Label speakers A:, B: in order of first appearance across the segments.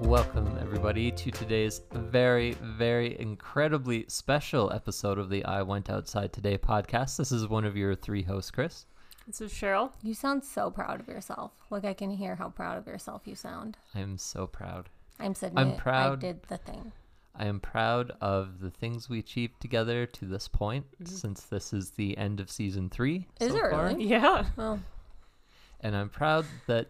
A: Welcome, everybody, to today's very, very incredibly special episode of the I Went Outside Today podcast. This is one of your three hosts, Chris.
B: This is Cheryl.
C: You sound so proud of yourself. Like I can hear how proud of yourself you sound.
A: I'm so proud.
C: I'm sitting.
A: I'm
C: it.
A: proud.
C: I did the thing.
A: I am proud of the things we achieved together to this point, since this is the end of season three.
C: Mm-hmm. Is
A: so
C: it
A: far.
C: really?
B: Yeah.
C: Well,
A: And I'm proud that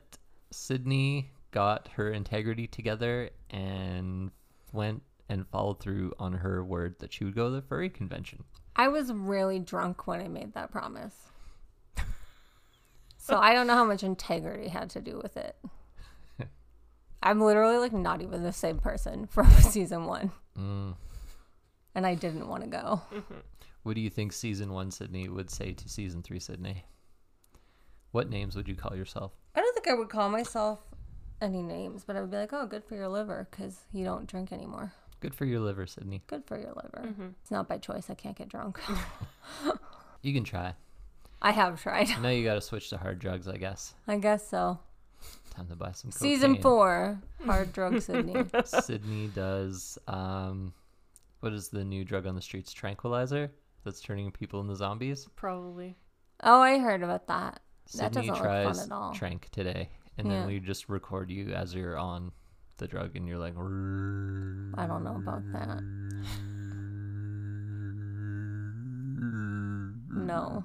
A: Sydney got her integrity together and went and followed through on her word that she would go to the furry convention.
C: I was really drunk when I made that promise. so I don't know how much integrity had to do with it. I'm literally like not even the same person from season one,
A: Mm.
C: and I didn't want to go.
A: What do you think season one Sydney would say to season three Sydney? What names would you call yourself?
C: I don't think I would call myself any names, but I would be like, "Oh, good for your liver, because you don't drink anymore.
A: Good for your liver, Sydney.
C: Good for your liver. It's not by choice. I can't get drunk.
A: You can try.
C: I have tried.
A: Now you got to switch to hard drugs, I guess.
C: I guess so.
A: Time to buy some.
C: Season
A: cocaine.
C: four, Hard Drug Sydney.
A: Sydney does. Um, what is the new drug on the streets? Tranquilizer that's turning people into zombies.
B: Probably.
C: Oh, I heard about that. That
A: Sydney
C: doesn't look fun
A: tries
C: at all.
A: Trank today, and
C: Yeah.
A: then we just record you as you're on the drug, and you're like, "Rrrr."
C: I don't know about that. No.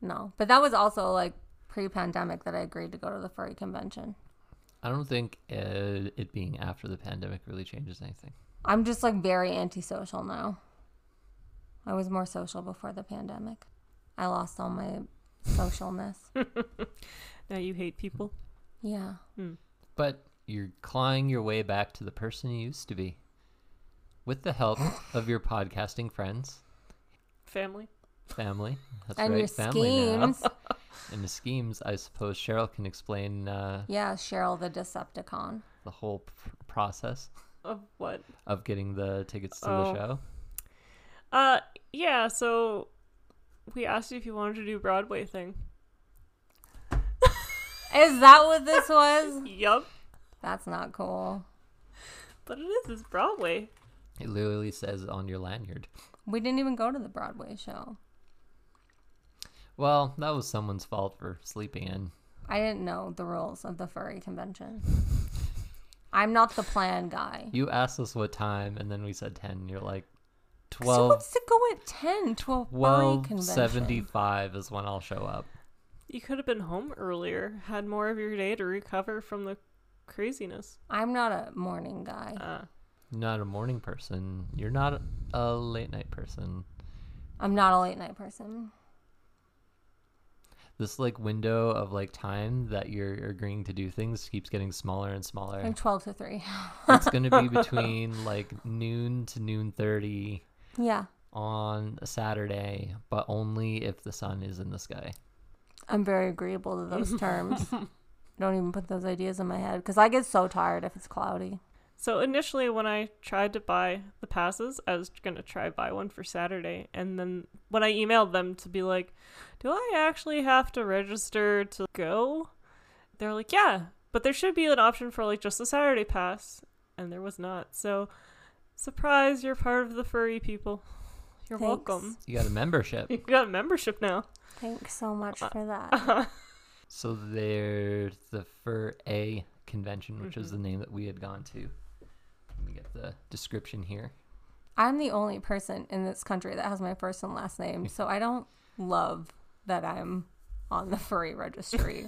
C: No. But that was also like pre pandemic that I agreed to go to the furry convention.
A: I don't think it, it being after the pandemic really changes anything.
C: I'm just like very antisocial now. I was more social before the pandemic. I lost all my socialness.
B: Now you hate people.
C: yeah.
A: But you're clawing your way back to the person you used to be, with the help of your podcasting friends,
B: Family.
A: family. That's
C: and
A: right,
C: your
A: family now.
C: schemes.
A: And the schemes, I suppose Cheryl can explain uh,
C: yeah, Cheryl the Decepticon.
A: the whole p- process
B: Of what?
A: of getting the tickets to
B: Oh.
A: the show.
B: Uh, yeah, so we asked you if you wanted to do Broadway thing.
C: Is that what this was?
B: Yup.
C: That's not cool.
B: But it is. It's Broadway.
A: It literally says on your lanyard.
C: We didn't even go to the Broadway show.
A: Well, that was someone's fault for sleeping in.
C: I didn't know the rules of the furry convention. I'm not the plan guy.
A: You asked us what time, and then we said 10. and You're like,
C: Who
A: 12,
C: wants to go at 10 to a furry convention?
A: 1275 is when I'll show up.
B: You could have been home earlier, had more of your day to recover from the craziness.
C: I'm not a morning guy.
B: Uh,
A: You're not a morning person. You're not a late night person.
C: I'm not a late night person.
A: This like window of like time that you're agreeing to do things keeps getting smaller and
C: I'm
A: smaller.
C: 12 to 3.
A: it's gonna be between like noon to noon thirty
C: Yeah,
A: on a Saturday, but only if the sun is in the sky.
C: I'm very agreeable to those terms. I don't even put those ideas in my head because I get so tired if it's cloudy.
B: So initially, when I tried to buy the passes, I was gonna try buy one for Saturday, and then when I emailed them to be like, "Do I actually have to register to go?" They're like, "Yeah, but there should be an option for like just the Saturday pass," and there was not. So, surprise, you're part of the furry people. You're
C: Thanks.
B: welcome.
A: You got a membership.
B: You got a membership now.
C: Thanks so much for that.
A: So there's the Fur A convention, which is the name that we had gone to. Let me get the description here.
C: I'm the only person in this country that has my first and last name, so I don't love that I'm on the furry registry.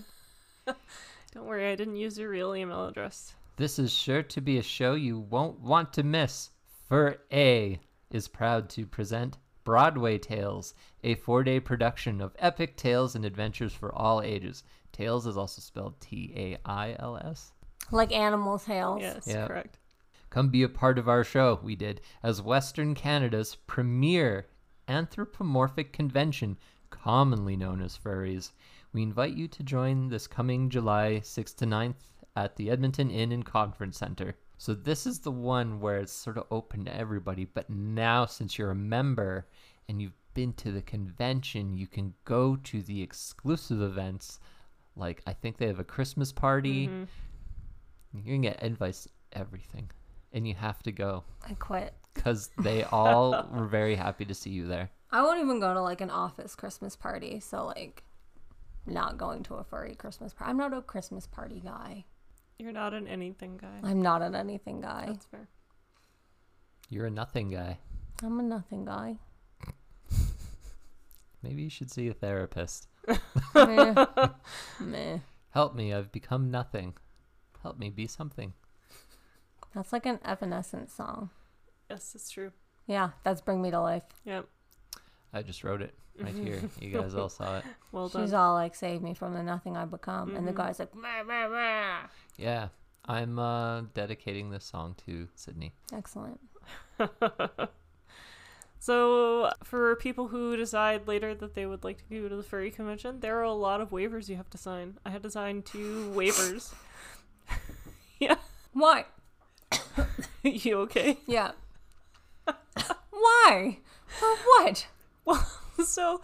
B: Don't worry, I didn't use your real email address.
A: This is sure to be a show you won't want to miss. Fur A is proud to present Broadway Tales, a four day production of epic tales and adventures for all ages. Tales is also spelled T A I L S.
C: like animal tails.
B: Yes,
A: Yeah.
B: correct.
A: Come be a part of our show, we did, as Western Canada's premier anthropomorphic convention, commonly known as Furries. We invite you to join this coming July 6th to 9th at the Edmonton Inn and Conference Center. So, this is the one where it's sort of open to everybody, but now since you're a member and you've been to the convention, you can go to the exclusive events. Like, I think they have a Christmas party. You can get advice everything, and you have to go
C: I quit.
A: because they all were very happy to see you there.
C: I won't even go to like an office Christmas party. So like, not going to a furry Christmas party. I'm not a Christmas party guy.
B: You're not an anything guy.
C: I'm not an anything guy.
B: That's fair.
A: You're a nothing guy.
C: I'm a nothing guy.
A: Maybe you should see a therapist.
C: Meh. Meh.
A: Help me, I've become nothing. Help me be something.
C: That's like an Evanescence song.
B: Yes, it's true.
C: Yeah, that's Bring Me to Life.
B: Yep.
A: I just wrote it right here. You guys all saw it.
B: Well done.
C: She's all like, save me from the nothing I've become. And the
B: Mhm.
C: guy's like, meh, meh, meh.
A: Yeah. I'm uh, dedicating this song to Sydney.
C: Excellent.
B: so, for people who decide later that they would like to go to the furry convention, there are a lot of waivers you have to sign. I had to sign two waivers.
C: Why?
B: you okay?
C: Yeah. Why? For what?
B: Well, so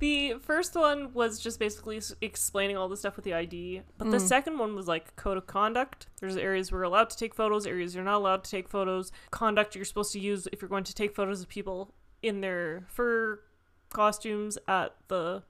B: the first one was just basically s- explaining all the stuff with the ID, but
C: Mm.
B: the second one was like code of conduct. There's areas where you're allowed to take photos, areas you're not allowed to take photos, conduct you're supposed to use if you're going to take photos of people in their fur costumes at the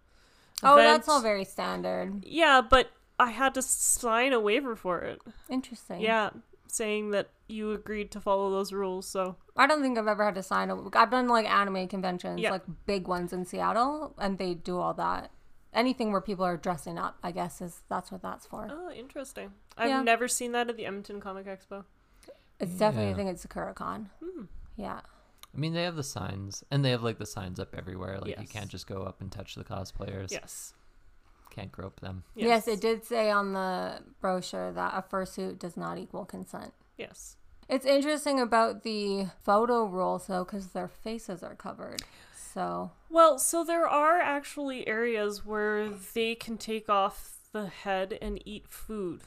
C: Oh, that's
B: event.
C: all very standard.
B: Yeah, but I had to sign a waiver for it.
C: Interesting.
B: Yeah, saying that you agreed to follow those rules. So
C: I don't think I've ever had to sign a. I've done like anime conventions,
B: Yeah.
C: like big ones in Seattle, and they do all that. Anything where people are dressing up, I guess, is that's what that's for.
B: oh, interesting. I've
C: Yeah.
B: never seen that at the Edmonton Comic Expo. Hmm.
C: It's definitely
A: Yeah.
C: I think it's Sakura Con. Yeah.
A: I mean, they have the signs, and they have like the signs up everywhere. Like you
B: Yes.
A: can't just go up and touch the cosplayers.
B: Yes.
A: Can't grope them.
C: Yes. it did say on the brochure that a fursuit does not equal consent.
B: Yes.
C: It's interesting about the photo rule, though, because their faces are covered. So
B: Well, so there are actually areas where they can take off the head and eat food.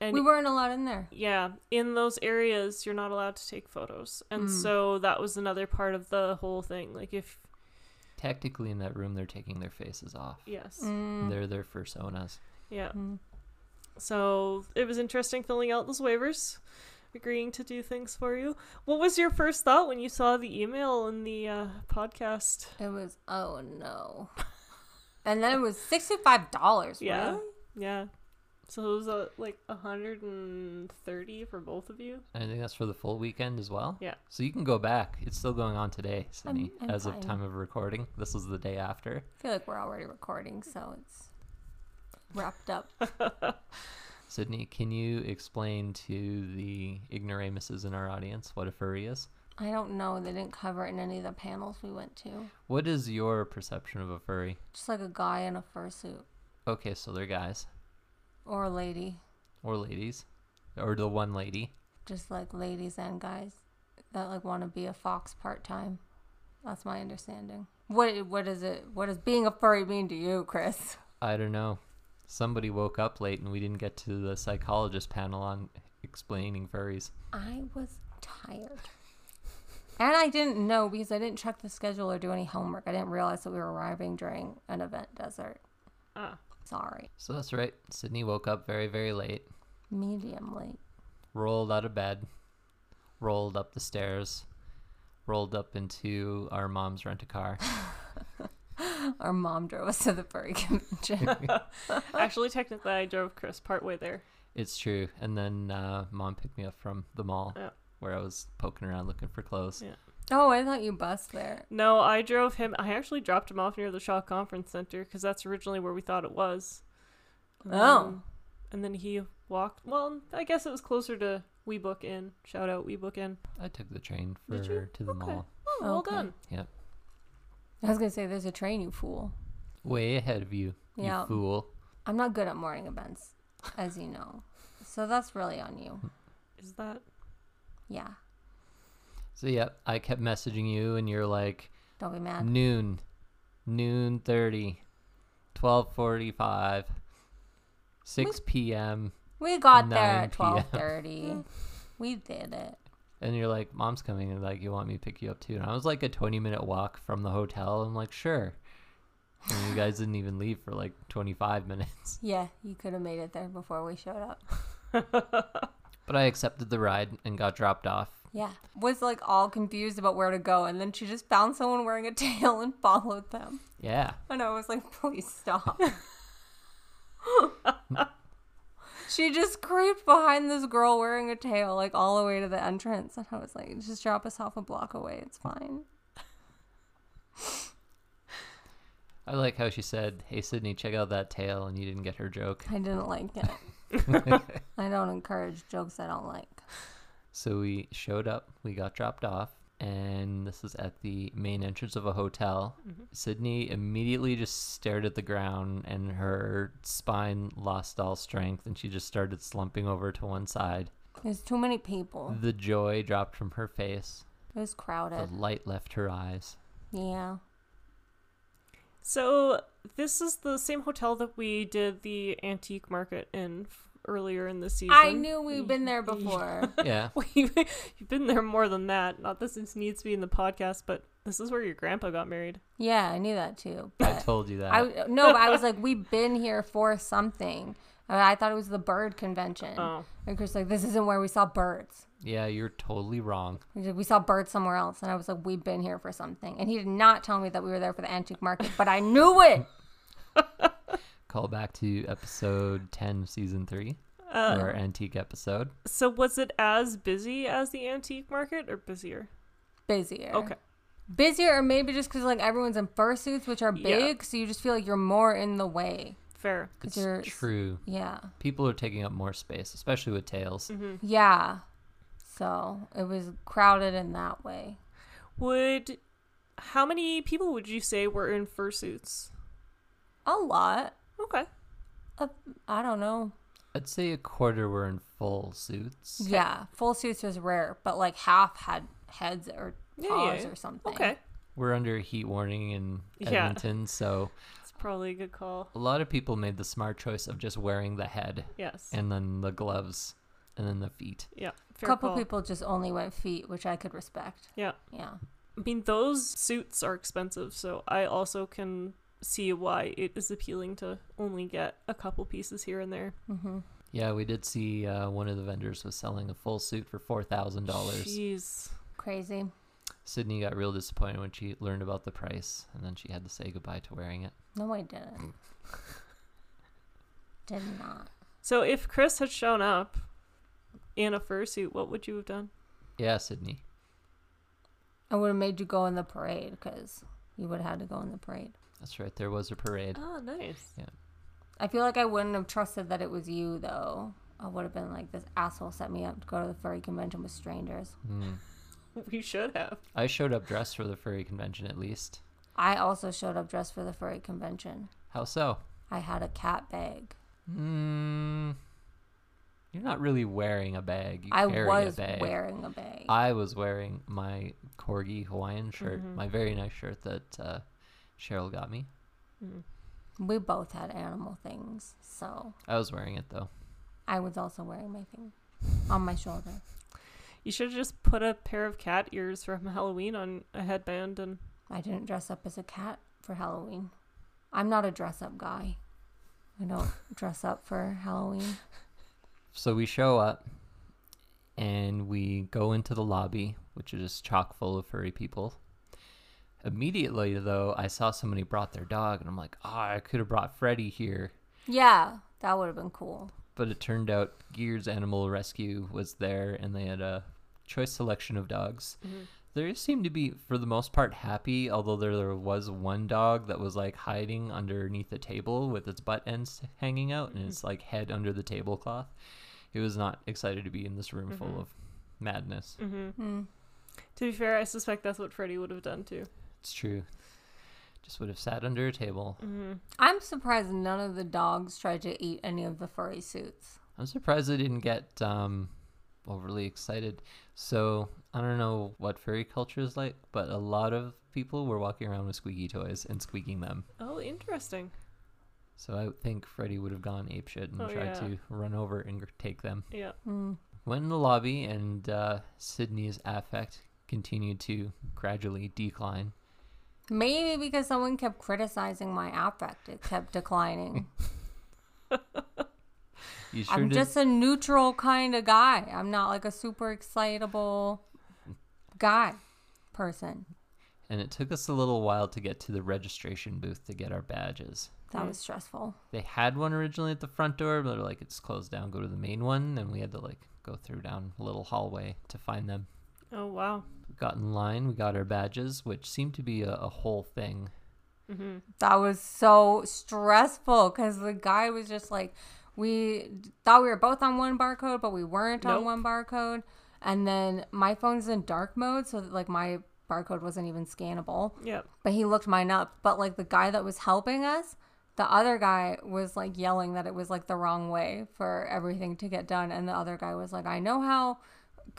B: And
C: we weren't allowed in there.
B: yeah, in those areas you're not allowed to take photos.
C: Hmm.
B: And so that was another part of the whole thing. Like if
A: Tactically, in that room, they're taking their faces off.
B: yes.
C: Mm.
A: They're their personas.
B: Yeah. So it was interesting filling out those waivers, agreeing to do things for you. What was your first thought when you saw the email in the uh, podcast?
C: It was oh no, and then it was sixty five dollars.
B: Yeah.
C: Yeah,
B: Yeah. So it was uh, like 130 for both of you.
A: And I think that's for the full weekend as well.
B: Yeah.
A: So you can go back. It's still going on today, Sydney,
C: I'm
A: as
C: fine.
A: of time of recording. This was the day after.
C: I feel like we're already recording, so it's wrapped up.
A: Sydney, can you explain to the ignoramuses in our audience what a furry is?
C: I don't know. They didn't cover it in any of the panels we went to.
A: What is your perception of a furry?
C: Just like a guy in a fursuit
A: Okay, so they're guys
C: or a lady,
A: or ladies, or the one lady.
C: just like ladies and guys that like want to be a fox part time. That's my understanding. What what is it? What does being a furry mean to you, Chris?
A: I don't know. Somebody woke up late and we didn't get to the psychologist panel on explaining furries.
C: I was tired. And I didn't know because I didn't check the schedule or do any homework. I didn't realize that we were arriving during an event desert.
B: Ah.
C: Sorry.
A: So that's right. Sydney woke up very, very late,
C: Medium late.
A: rolled out of bed, rolled up the stairs, rolled up into our mom's rent a car.
C: Our mom drove us to the furry convention.
B: Actually, technically, I drove Chris partway there.
A: It's true. And then uh, mom picked me up from the mall
B: Yeah.
A: where I was poking around looking for clothes.
B: Yeah.
C: oh, I thought you bust there.
B: No, I drove him. I actually dropped him off near the Shaw Conference Center because that's originally where we thought it was. And
C: Oh.
B: then- and then he walked. Well, I guess it was closer to WeBook Inn. Shout out WeBook Inn.
A: I took the train
B: Did
A: for to the
B: Okay.
A: mall.
B: Oh, well
C: Okay.
B: done.
C: I was going to say, there's a train, you fool.
A: Way ahead of you,
C: Yeah.
A: you fool.
C: I'm not good at morning events, as you know. So that's really on you.
B: Is that?
C: Yeah.
A: So yeah, I kept messaging you and you're like
C: Don't be mad.
A: noon, noon 30, 1245, 6 p.m.
C: We got there
A: 9
C: at
A: PM.
C: 1230. we did it.
A: And you're like, mom's coming, and like, you want me to pick you up too? And I was like a 20 minute walk from the hotel. I'm like, sure. And you guys didn't even leave for like 25 minutes.
C: Yeah, you could have made it there before we showed up.
A: But I accepted the ride and got dropped off.
C: Yeah. Was like all confused about where to go and then she just found someone wearing a tail and followed them.
A: Yeah.
C: And I was like, please stop. she just creeped behind this girl wearing a tail, like all the way to the entrance. And I was like, just drop us off a block away. It's fine.
A: I like how she said, Hey, Sydney, check out that tail. And you didn't get her joke.
C: I didn't like it. I don't encourage jokes I don't like.
A: So we showed up, we got dropped off, and this is at the main entrance of a hotel. Sydney immediately just stared at the ground, and her spine lost all strength, and she just started slumping over to one side.
C: There's too many people.
A: The joy dropped from her face,
C: It was
A: the
C: crowded.
A: light left her eyes.
C: Yeah.
B: So this is the same hotel that we did the antique market in f- earlier in the season.
C: I knew we've been there before.
A: Yeah.
B: Well, you- You've been there more than that. Not that this needs to be in the podcast, but this is where your grandpa got married.
C: yeah, I knew that too.
A: I
C: But
A: told you that.
C: I no, but I was like, we've been here for something. And I thought it was the bird convention.
B: Oh.
C: And Chris was like, this isn't where we saw birds.
A: yeah, you're totally wrong.
C: He's like, We saw birds somewhere else, and I was like, "We've been here for something." And he did not tell me that we were there for the antique market, but I knew it.
A: Call back to episode 10 of season 3,
C: Uh,
A: our antique episode.
B: So was it as busy as the antique market or busier?
C: Busier,
B: Okay.
C: busier, or maybe just because like everyone's in fursuits, which are
B: Yeah.
C: big, so you just feel like you're more in the way.
B: Fair.
C: Because
A: It's
C: you're,
A: true.
C: yeah,
A: People are taking up more space, especially with tails.
C: Mm-hmm.
B: Mm-hmm.
C: yeah. So it was crowded in that way.
B: Would how many people would you say were in fursuits?
C: A lot.
B: Okay.
C: Of, I don't know.
A: I'd say a quarter were in full suits.
C: Yeah, full suits was rare, but like half had heads or
B: Yeah, yeah,
C: paws
B: yeah.
C: or something.
B: Okay.
A: We're under a heat warning in
B: Yeah.
A: Edmonton, so
B: It's probably a good call.
A: a lot of people made the smart choice of just wearing the head
B: Yes.
A: and then the gloves and then the feet.
B: yeah.
C: A
B: Fair
C: couple
B: call.
C: people just only went feet, which I could respect.
B: Yeah.
C: Yeah.
B: I mean, those suits are expensive, so I also can see why it is appealing to only get a couple pieces here and there.
C: Mm-hmm.
A: Yeah, we did see uh, one of the vendors was selling a full suit for four thousand dollars.
B: Jeez.
C: Crazy.
A: Sydney got real disappointed when she learned about the price, and then she had to say goodbye to wearing it.
C: No, I
A: Mm.
C: didn't. Did not.
B: So if Chris had shown up in a fursuit, what would you have done?
A: Yeah, Sydney.
C: I would have made you go in the parade because you would have had to go in the parade.
A: That's right. There was a parade.
C: Uh.
B: Oh, nice.
C: I feel like I wouldn't have trusted that it was you, though. I would have been like, this asshole set me up to go to the furry convention with strangers.
B: We should have.
A: Hmm. I showed up dressed for the furry convention at least.
C: I also showed up dressed for the furry convention.
A: How so?
C: I had a cat bag.
A: Mm, you're not really wearing a bag. You
C: I
A: carry
C: was
A: a bag.
C: wearing a bag.
A: I was wearing my corgi Hawaiian shirt,
C: Mm-hmm.
A: my very nice shirt that uh, Cheryl got me.
C: we both had animal things, so
A: I was wearing it though.
C: I was also wearing my thing on my shoulder.
B: You should have just put a pair of cat ears from Halloween on a headband and
C: I didn't dress up as a cat for Halloween. I'm not a dress up guy. I don't dress up for Halloween.
A: So we show up and we go into the lobby, which is just chock full of furry people. Immediately though, I saw somebody brought their dog, and I'm like, ah, I could have brought Freddy here.
C: Yeah, that would have been cool.
A: But it turned out Gears Animal Rescue was there, and they had a choice selection of dogs. They seemed to be, for the most part, happy. Although there, there was one dog that was like hiding underneath a table with its butt ends hanging out and its like head under the tablecloth. It was not excited to be in this room full of madness.
C: Hmm.
B: to be fair, I suspect that's what Freddy would have done too.
A: It's true. Just would have sat under a table.
C: I'm surprised none of the dogs tried to eat any of the furry suits.
A: I'm surprised they didn't get um, overly excited. So I don't know what furry culture is like, but a lot of people were walking around with squeaky toys and squeaking them.
B: Oh, interesting.
A: So I would think Freddy would have gone apeshit and
B: Oh,
A: tried
B: yeah.
A: to run over and take them.
B: Yeah.
A: Went in the lobby, and uh, Sydney's affect continued to gradually decline.
C: Maybe because someone kept criticizing my affect, it kept declining.
A: You sure
C: I'm
A: did.
C: just a neutral kind of guy. I'm not like a super excitable guy person.
A: and it took us a little while to get to the registration booth to get our badges.
C: That was stressful.
A: They had one originally at the front door, but they're like, it's closed down, go to the main one. And we had to like go through down a little hallway to find them.
B: Oh wow.
A: We got in line, we got our badges, which seemed to be a, a whole thing.
C: That was so stressful because the guy was just like, we d- thought we were both on one barcode, but we weren't
B: Nope.
C: on one barcode. And then my phone's in dark mode, so that, like my barcode wasn't even scannable.
B: Yep.
C: But he looked mine up. But like the guy that was helping us, the other guy was like yelling that it was like the wrong way for everything to get done. And the other guy was like, I know how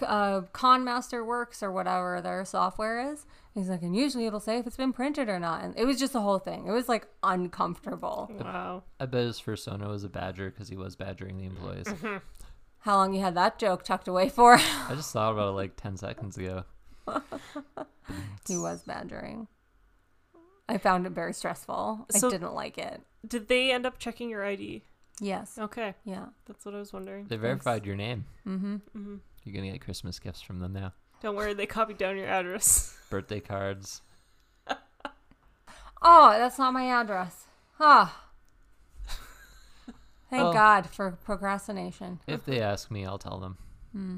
C: uh, Con Master works or whatever their software is. And he's like, and usually it'll say if it's been printed or not. And it was just the whole thing. It was like uncomfortable.
B: Wow.
A: I bet his persona was a badger because he was badgering the employees.
C: Mm-hmm. How long you had that joke tucked away for?
A: I just thought about it like 10 seconds ago.
C: he was badgering. I found it very stressful.
B: So-
C: I didn't like it.
B: Did they end up checking your ID?
C: Yes.
B: Okay,
C: Yeah.
B: that's what I was wondering.
A: They verified your name.
C: Mm-hmm.
A: You're going to get Christmas gifts from them now.
B: Don't worry, they copied down your address.
A: Birthday cards.
C: Oh, that's not my address. Ah. Thank
B: Oh.
A: Well-
C: God for procrastination.
A: If they ask me, I'll tell them.
C: Hmm.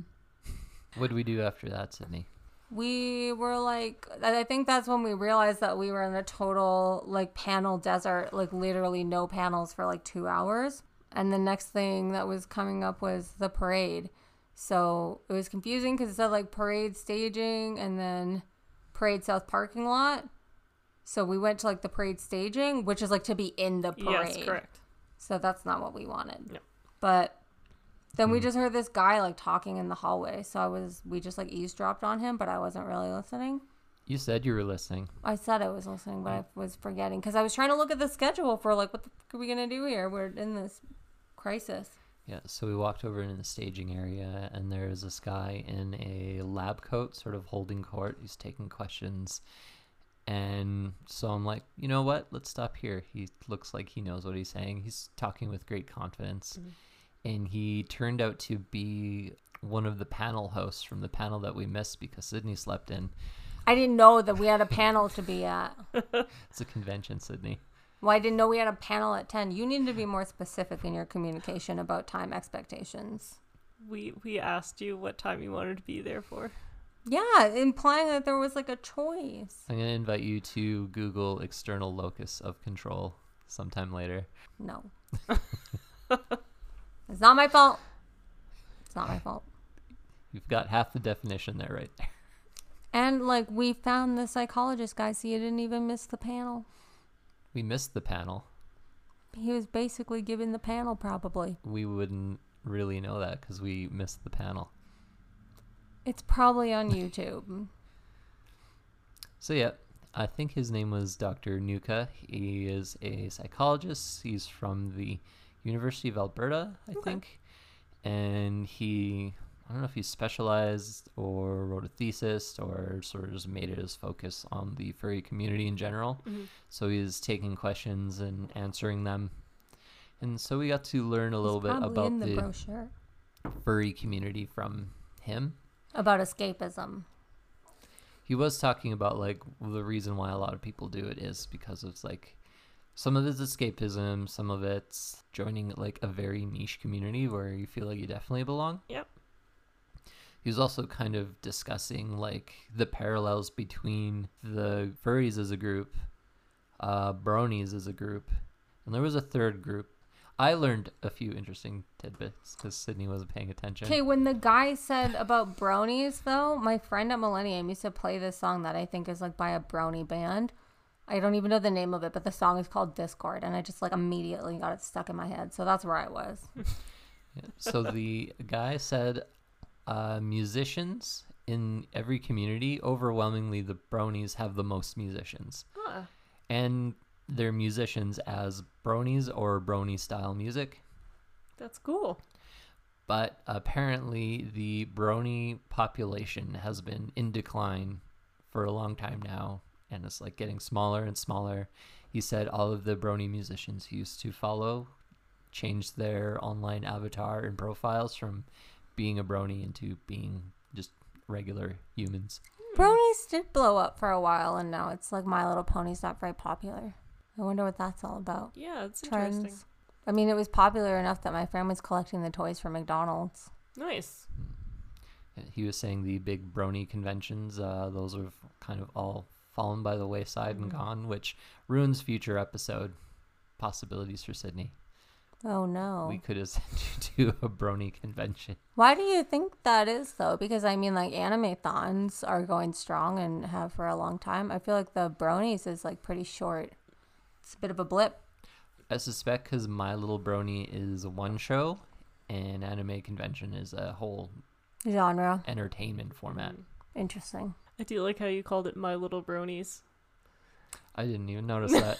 A: What do we do after that, Sydney?
C: We were like, I I think that's when we realized that we were in a total like panel desert, like literally no panels for like two hours. And the next thing that was coming up was the parade. So it was confusing because it said like parade staging and then parade south parking lot. So we went to like the parade staging, which is like to be in the parade.
B: Yes, correct.
C: So that's not what we wanted.
B: No.
C: But then we just heard this guy like talking in the hallway. So I was, we just like eavesdropped on him, but I wasn't really listening.
A: You said you were listening.
C: I said I was listening, but I was forgetting because I was trying to look at the schedule for like, what the f- are we going to do here? We're in this crisis.
A: Yeah, so we walked over into the staging area, and there is this guy in a lab coat, sort of holding court. He's taking questions. And so I'm like, you know what? Let's stop here. He looks like he knows what he's saying. He's talking with great confidence. And he turned out to be one of the panel hosts from the panel that we missed because Sydney slept in.
C: I didn't know that we had a panel to be at.
A: It's a convention, Sydney.
C: Well, I didn't know we had a panel at 10. You need to be more specific in your communication about time expectations.
B: We we asked you what time you wanted to be there for.
C: Yeah, implying that there was like a choice.
A: I'm going to invite you to Google external locus of control sometime later.
C: No. it's not my fault. It's not my fault.
A: You've got half the definition there right there.
C: And like we found the psychologist guy, so you didn't even miss the panel.
A: We missed the panel.
C: He was basically giving the panel probably.
A: we wouldn't really know that because we missed the panel.
C: It's probably on YouTube.
A: So yeah, I think his name was Dr. Nuka. He is a psychologist. He's from the University of Alberta, I think, and he. I don't know if he specialized or wrote a thesis or sort of just made it his focus on the furry community in general.
C: Mm-hmm.
A: So he's taking questions and answering them. And so we got to learn a little
C: It's
A: bit
C: probably
A: about
C: in the,
A: the
C: brochure
A: furry community from him.
C: about escapism.
A: he was talking about like the reason why a lot of people do it is because of like some of it's escapism, some of it's joining like a very niche community where you feel like you definitely belong.
B: Yep.
A: He was also kind of discussing like the parallels between the furries as a group, uh, bronies as a group, and there was a third group. I learned a few interesting tidbits because Sydney wasn't paying attention.
C: Okay, when the guy said about bronies, though, my friend at Millennium used to play this song that I think is like by a brony band. I don't even know the name of it, but the song is called Discord, and I just like immediately got it stuck in my head. So that's where I was.
A: Yeah, So the guy said, uh, musicians in every community, overwhelmingly the bronies have the most musicians.
B: Huh.
A: And they're musicians as bronies or brony style music.
B: That's cool.
A: But apparently the brony population has been in decline for a long time now. And it's like getting smaller and smaller. He said all of the brony musicians he used to follow changed their online avatar and profiles from being a brony into being just regular humans.
C: Bronies did blow up for a while, and now it's like My Little Pony's not very popular. I wonder what that's all about.
B: Yeah, it's interesting.
C: Trends. I mean, it was popular enough that my friend was collecting the toys for McDonald's.
B: Nice.
A: He was saying the big brony conventions, uh, those have kind of all fallen by the wayside and gone, which ruins future episode possibilities for Sydney.
C: Oh no.
A: We could have sent you to a brony convention.
C: Why do you think that is though? Because I mean, like anime thons are going strong and have for a long time. I feel like the bronies is like pretty short. It's a bit of a blip.
A: I suspect because My Little Brony is one show and anime convention is a whole
C: Genre.
A: entertainment format.
C: Interesting.
B: Mm-hmm. I do like how you called it My Little Bronies.
A: I didn't even notice that.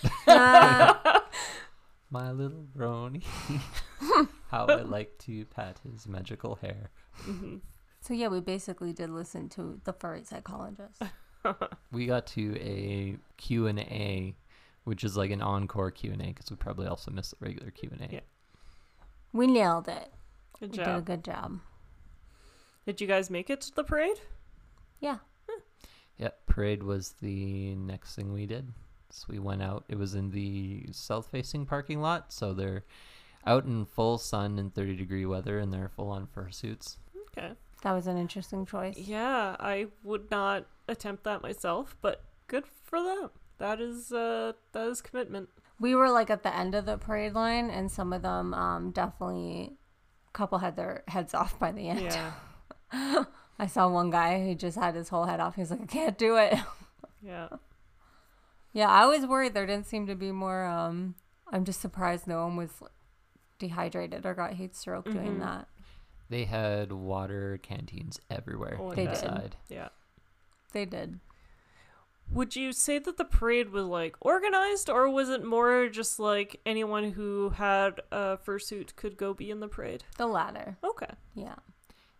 C: Ah,
A: My Little Brony. How I like to pat his magical hair.
B: Mm-hmm.
C: so yeah, we basically did listen to the furry psychologist.
A: we got to a q&a which is like an encore q&a because we probably also missed the regular q&a
B: Yeah.
C: We nailed it.
B: Good
C: We did a
B: job.
C: good job.
B: Did you guys make it to the parade?
C: Yeah.
A: Yep, parade was the next thing we did so we went out it was in the south facing parking lot so they're out in full sun and 30 degree weather and they're full on fursuits
B: Okay.
C: That was an interesting choice.
B: Yeah, I would not attempt that myself, but good for them. That is uh that is commitment.
C: we were like at the end of the parade line and some of them um, definitely a couple had their heads off by the end
B: Yeah.
C: i saw one guy who just had his whole head off he was like i can't do it
B: Yeah.
C: yeah i was worried there didn't seem to be more um, i'm just surprised no one was dehydrated or got heat stroke doing
B: Mhm.
C: that
A: they had water canteens everywhere
B: Oh,
C: They did.
A: inside
B: Yeah.
C: they did
B: Would you say that the parade was like organized or was it more just like anyone who had a fursuit could go be in the parade?
C: the latter
B: Okay.
C: yeah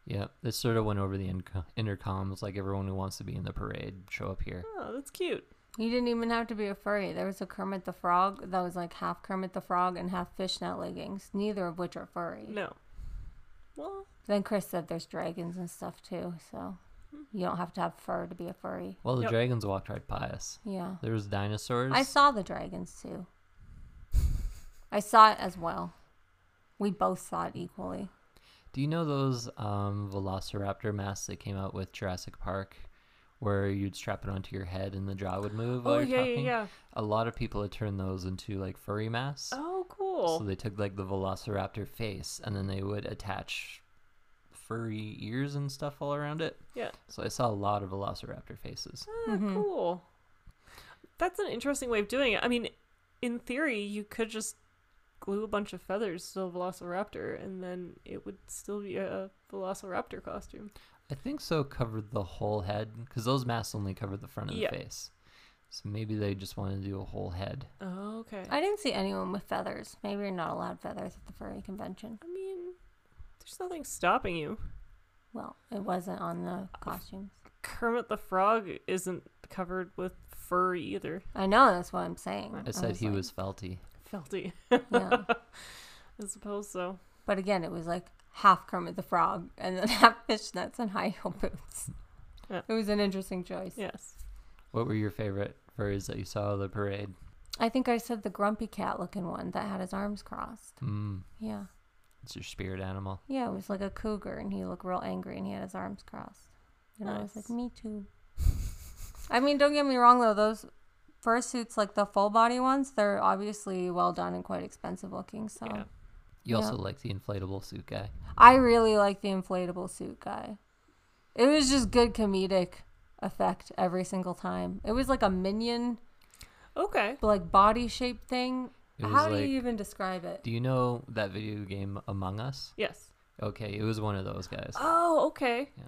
A: yep they sort of went over the inco- intercoms like everyone who wants to be in the parade show up here
B: Oh, that's cute.
C: you didn't even have to be a furry there was a kermit the frog that was like half kermit the frog and half fishnet leggings neither of which are furry
B: No. Well,
C: Then Chris said there's dragons and stuff too, so you don't have to have fur to be a furry.
A: well the
B: Yep.
A: dragons walked right by us
C: Yeah.
A: there was dinosaurs
C: I saw the dragons too. I saw it as well. We both saw it equally.
A: Do you know those um, Velociraptor masks that came out with Jurassic Park, where you'd strap it onto your head and the jaw would move while
B: oh
A: you're
B: yeah, yeah,
A: talking?
B: yeah.
A: A lot of people had turned those into like furry masks.
B: Oh, cool.
A: So they took like the Velociraptor face and then they would attach furry ears and stuff all around it.
B: Yeah.
A: So I saw a lot of Velociraptor faces.
B: Ah, cool. That's an interesting way of doing it. I mean, in theory, you could just glue a bunch of feathers to a velociraptor, and then it would still be a velociraptor costume.
A: I think so covered the whole head because those masks only covered the front of
B: Yeah.
A: the face. So maybe they just wanted to do a whole head.
B: Oh, okay. I,
C: I didn't see anyone with feathers. Maybe you're not allowed feathers at the furry convention.
B: mean, there's nothing stopping you.
C: Well, it wasn't on the costumes.
B: Kermit the Frog isn't covered with fur either.
C: I know that's what I'm saying.
A: I said he
C: like-
A: was felty.
B: Felty.
C: Yeah.
B: I suppose so.
C: But again, it was like half Kermit the Frog and then half fishnets and high heel boots.
B: Yeah.
C: It was an interesting choice.
B: Yes.
A: What were your favorite furries that you saw at the parade?
C: I think I said the grumpy cat looking one that had his arms crossed.
A: Mm,
C: Yeah.
A: it's your spirit animal.
C: Yeah, it was like a cougar and he looked real angry and he had his arms crossed. And I was
B: Nice.
C: like, me too. I mean, don't get me wrong though, those fursuits, like the full body ones, they're obviously well done and quite expensive looking. So
B: Yeah.
A: You
C: Yeah.
A: also like the inflatable suit guy.
C: I really like the inflatable suit guy. It was just good comedic effect every single time. It was like a minion,
B: Okay.
C: like body shaped thing.
A: It was
C: How do
A: like,
C: you even describe it?
A: do you know that video game Among Us?
B: Yes.
A: Okay, it was one of those guys.
B: Oh, okay.
A: Yeah.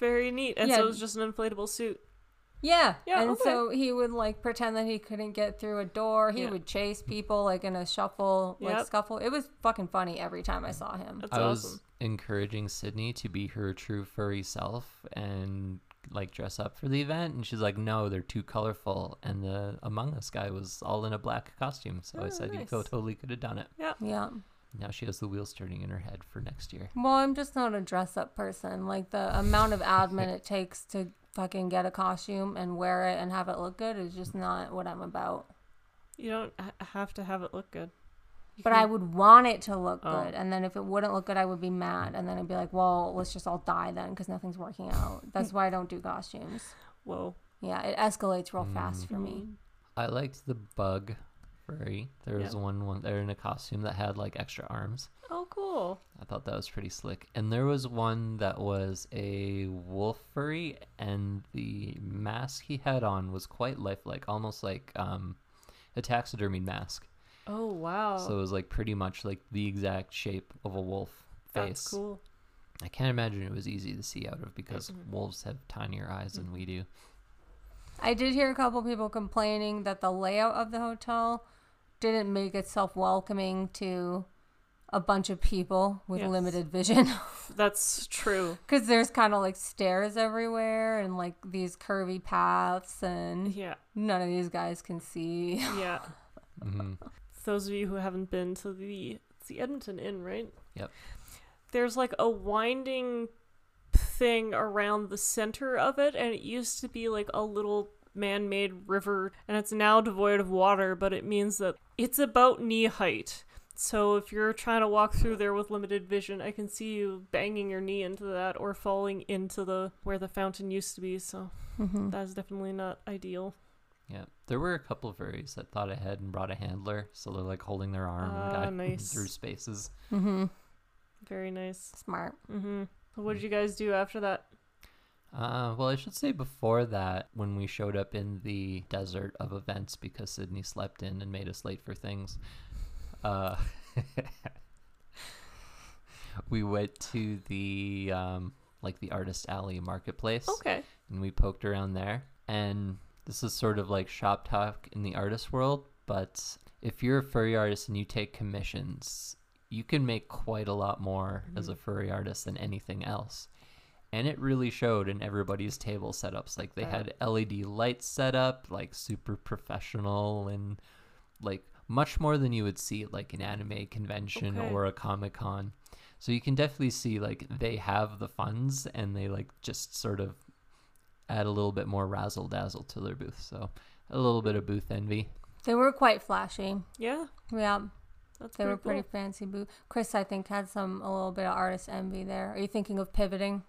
B: Very neat. And so
C: Yeah.
B: it was just an inflatable suit.
C: Yeah.
B: Yeah,
C: And
B: okay.
C: so he would like pretend that he couldn't get through a door. He
B: Yeah.
C: would chase people like in a shuffle,
B: Yep.
C: like scuffle. It was fucking funny every time I saw him.
B: That's
A: I was
B: awesome.
A: encouraging Sydney to be her true furry self and like dress up for the event, and she's like, "No, they're too colorful." And the Among Us guy was all in a black costume, so I
B: Oh,
A: said, "You
B: nice.
A: co- totally could have done it."
C: Yeah.
A: Now she has the wheels turning in her head for next year.
C: Well, I'm just not a dress up person. Like the amount of admin it takes to fucking get a costume and wear it and have it look good is just not what I'm about.
B: You don't ha- have to have it look good. You
C: But
B: can-
C: I would want it to look
B: Oh.
C: good. And then if it wouldn't look good, I would be mad. And then I'd be like, well, let's just all die then because nothing's working out. That's why I don't do costumes.
B: whoa.
C: Yeah, it escalates real fast for me.
A: I liked the bug furry. There was
B: Yeah.
A: one one there in a costume that had like extra arms.
B: Oh, cool.
A: I thought that was pretty slick. And there was one that was a wolf furry, and the mask he had on was quite lifelike, almost like um, a taxidermied mask.
B: Oh, wow.
A: So it was like pretty much like the exact shape of a wolf face.
B: That's cool.
A: I can't imagine it was easy to see out of because wolves have tinier eyes
B: Mm.
A: than we do.
C: I did hear a couple people complaining that the layout of the hotel didn't make itself welcoming to a bunch of people with
B: Yes.
C: limited vision
B: That's true.
C: because there's kind of like stairs everywhere and like these curvy paths and
B: Yeah.
C: none of these guys can see.
B: Yeah. Uh,
A: hmm
B: those of you who haven't been to the it's the Edmonton Inn, right?
A: Yep.
B: There's like a winding thing around the center of it, and it used to be like a little man-made river, and it's now devoid of water, but it means that it's about knee height. So if you're trying to walk through there with limited vision, I can see you banging your knee into that or falling into the where the fountain used to be. So that's definitely not ideal.
A: Yeah, there were a couple of furries that thought ahead and brought a handler, so they're like holding their arm and
B: Ah,
A: guiding
B: nice.
A: through spaces.
C: hmm
B: Very nice.
C: Smart.
B: Mm-hmm. What did you guys do after that?
A: Uh, well, I should say before that, when we showed up in the desert of events because Sydney slept in and made us late for things, uh, we went to the um, like the artist alley marketplace
B: Okay.
A: and we poked around there. And this is sort of like shop talk in the artist world, but if you're a furry artist and you take commissions, you can make quite a lot more as a furry artist than anything else. And it really showed in everybody's table setups. Like they had LED lights set up, like super professional and like much more than you would see at like an anime convention
B: Okay.
A: or a comic con. So you can definitely see like they have the funds and they like just sort of add a little bit more razzle dazzle to their booth. So a little bit of booth envy.
C: They were quite flashy.
B: Yeah,
C: Yeah,
B: that's
C: they
B: pretty
C: were pretty fancy. Boo. Chris, I think, had some a little bit of artist envy there. Are you thinking of pivoting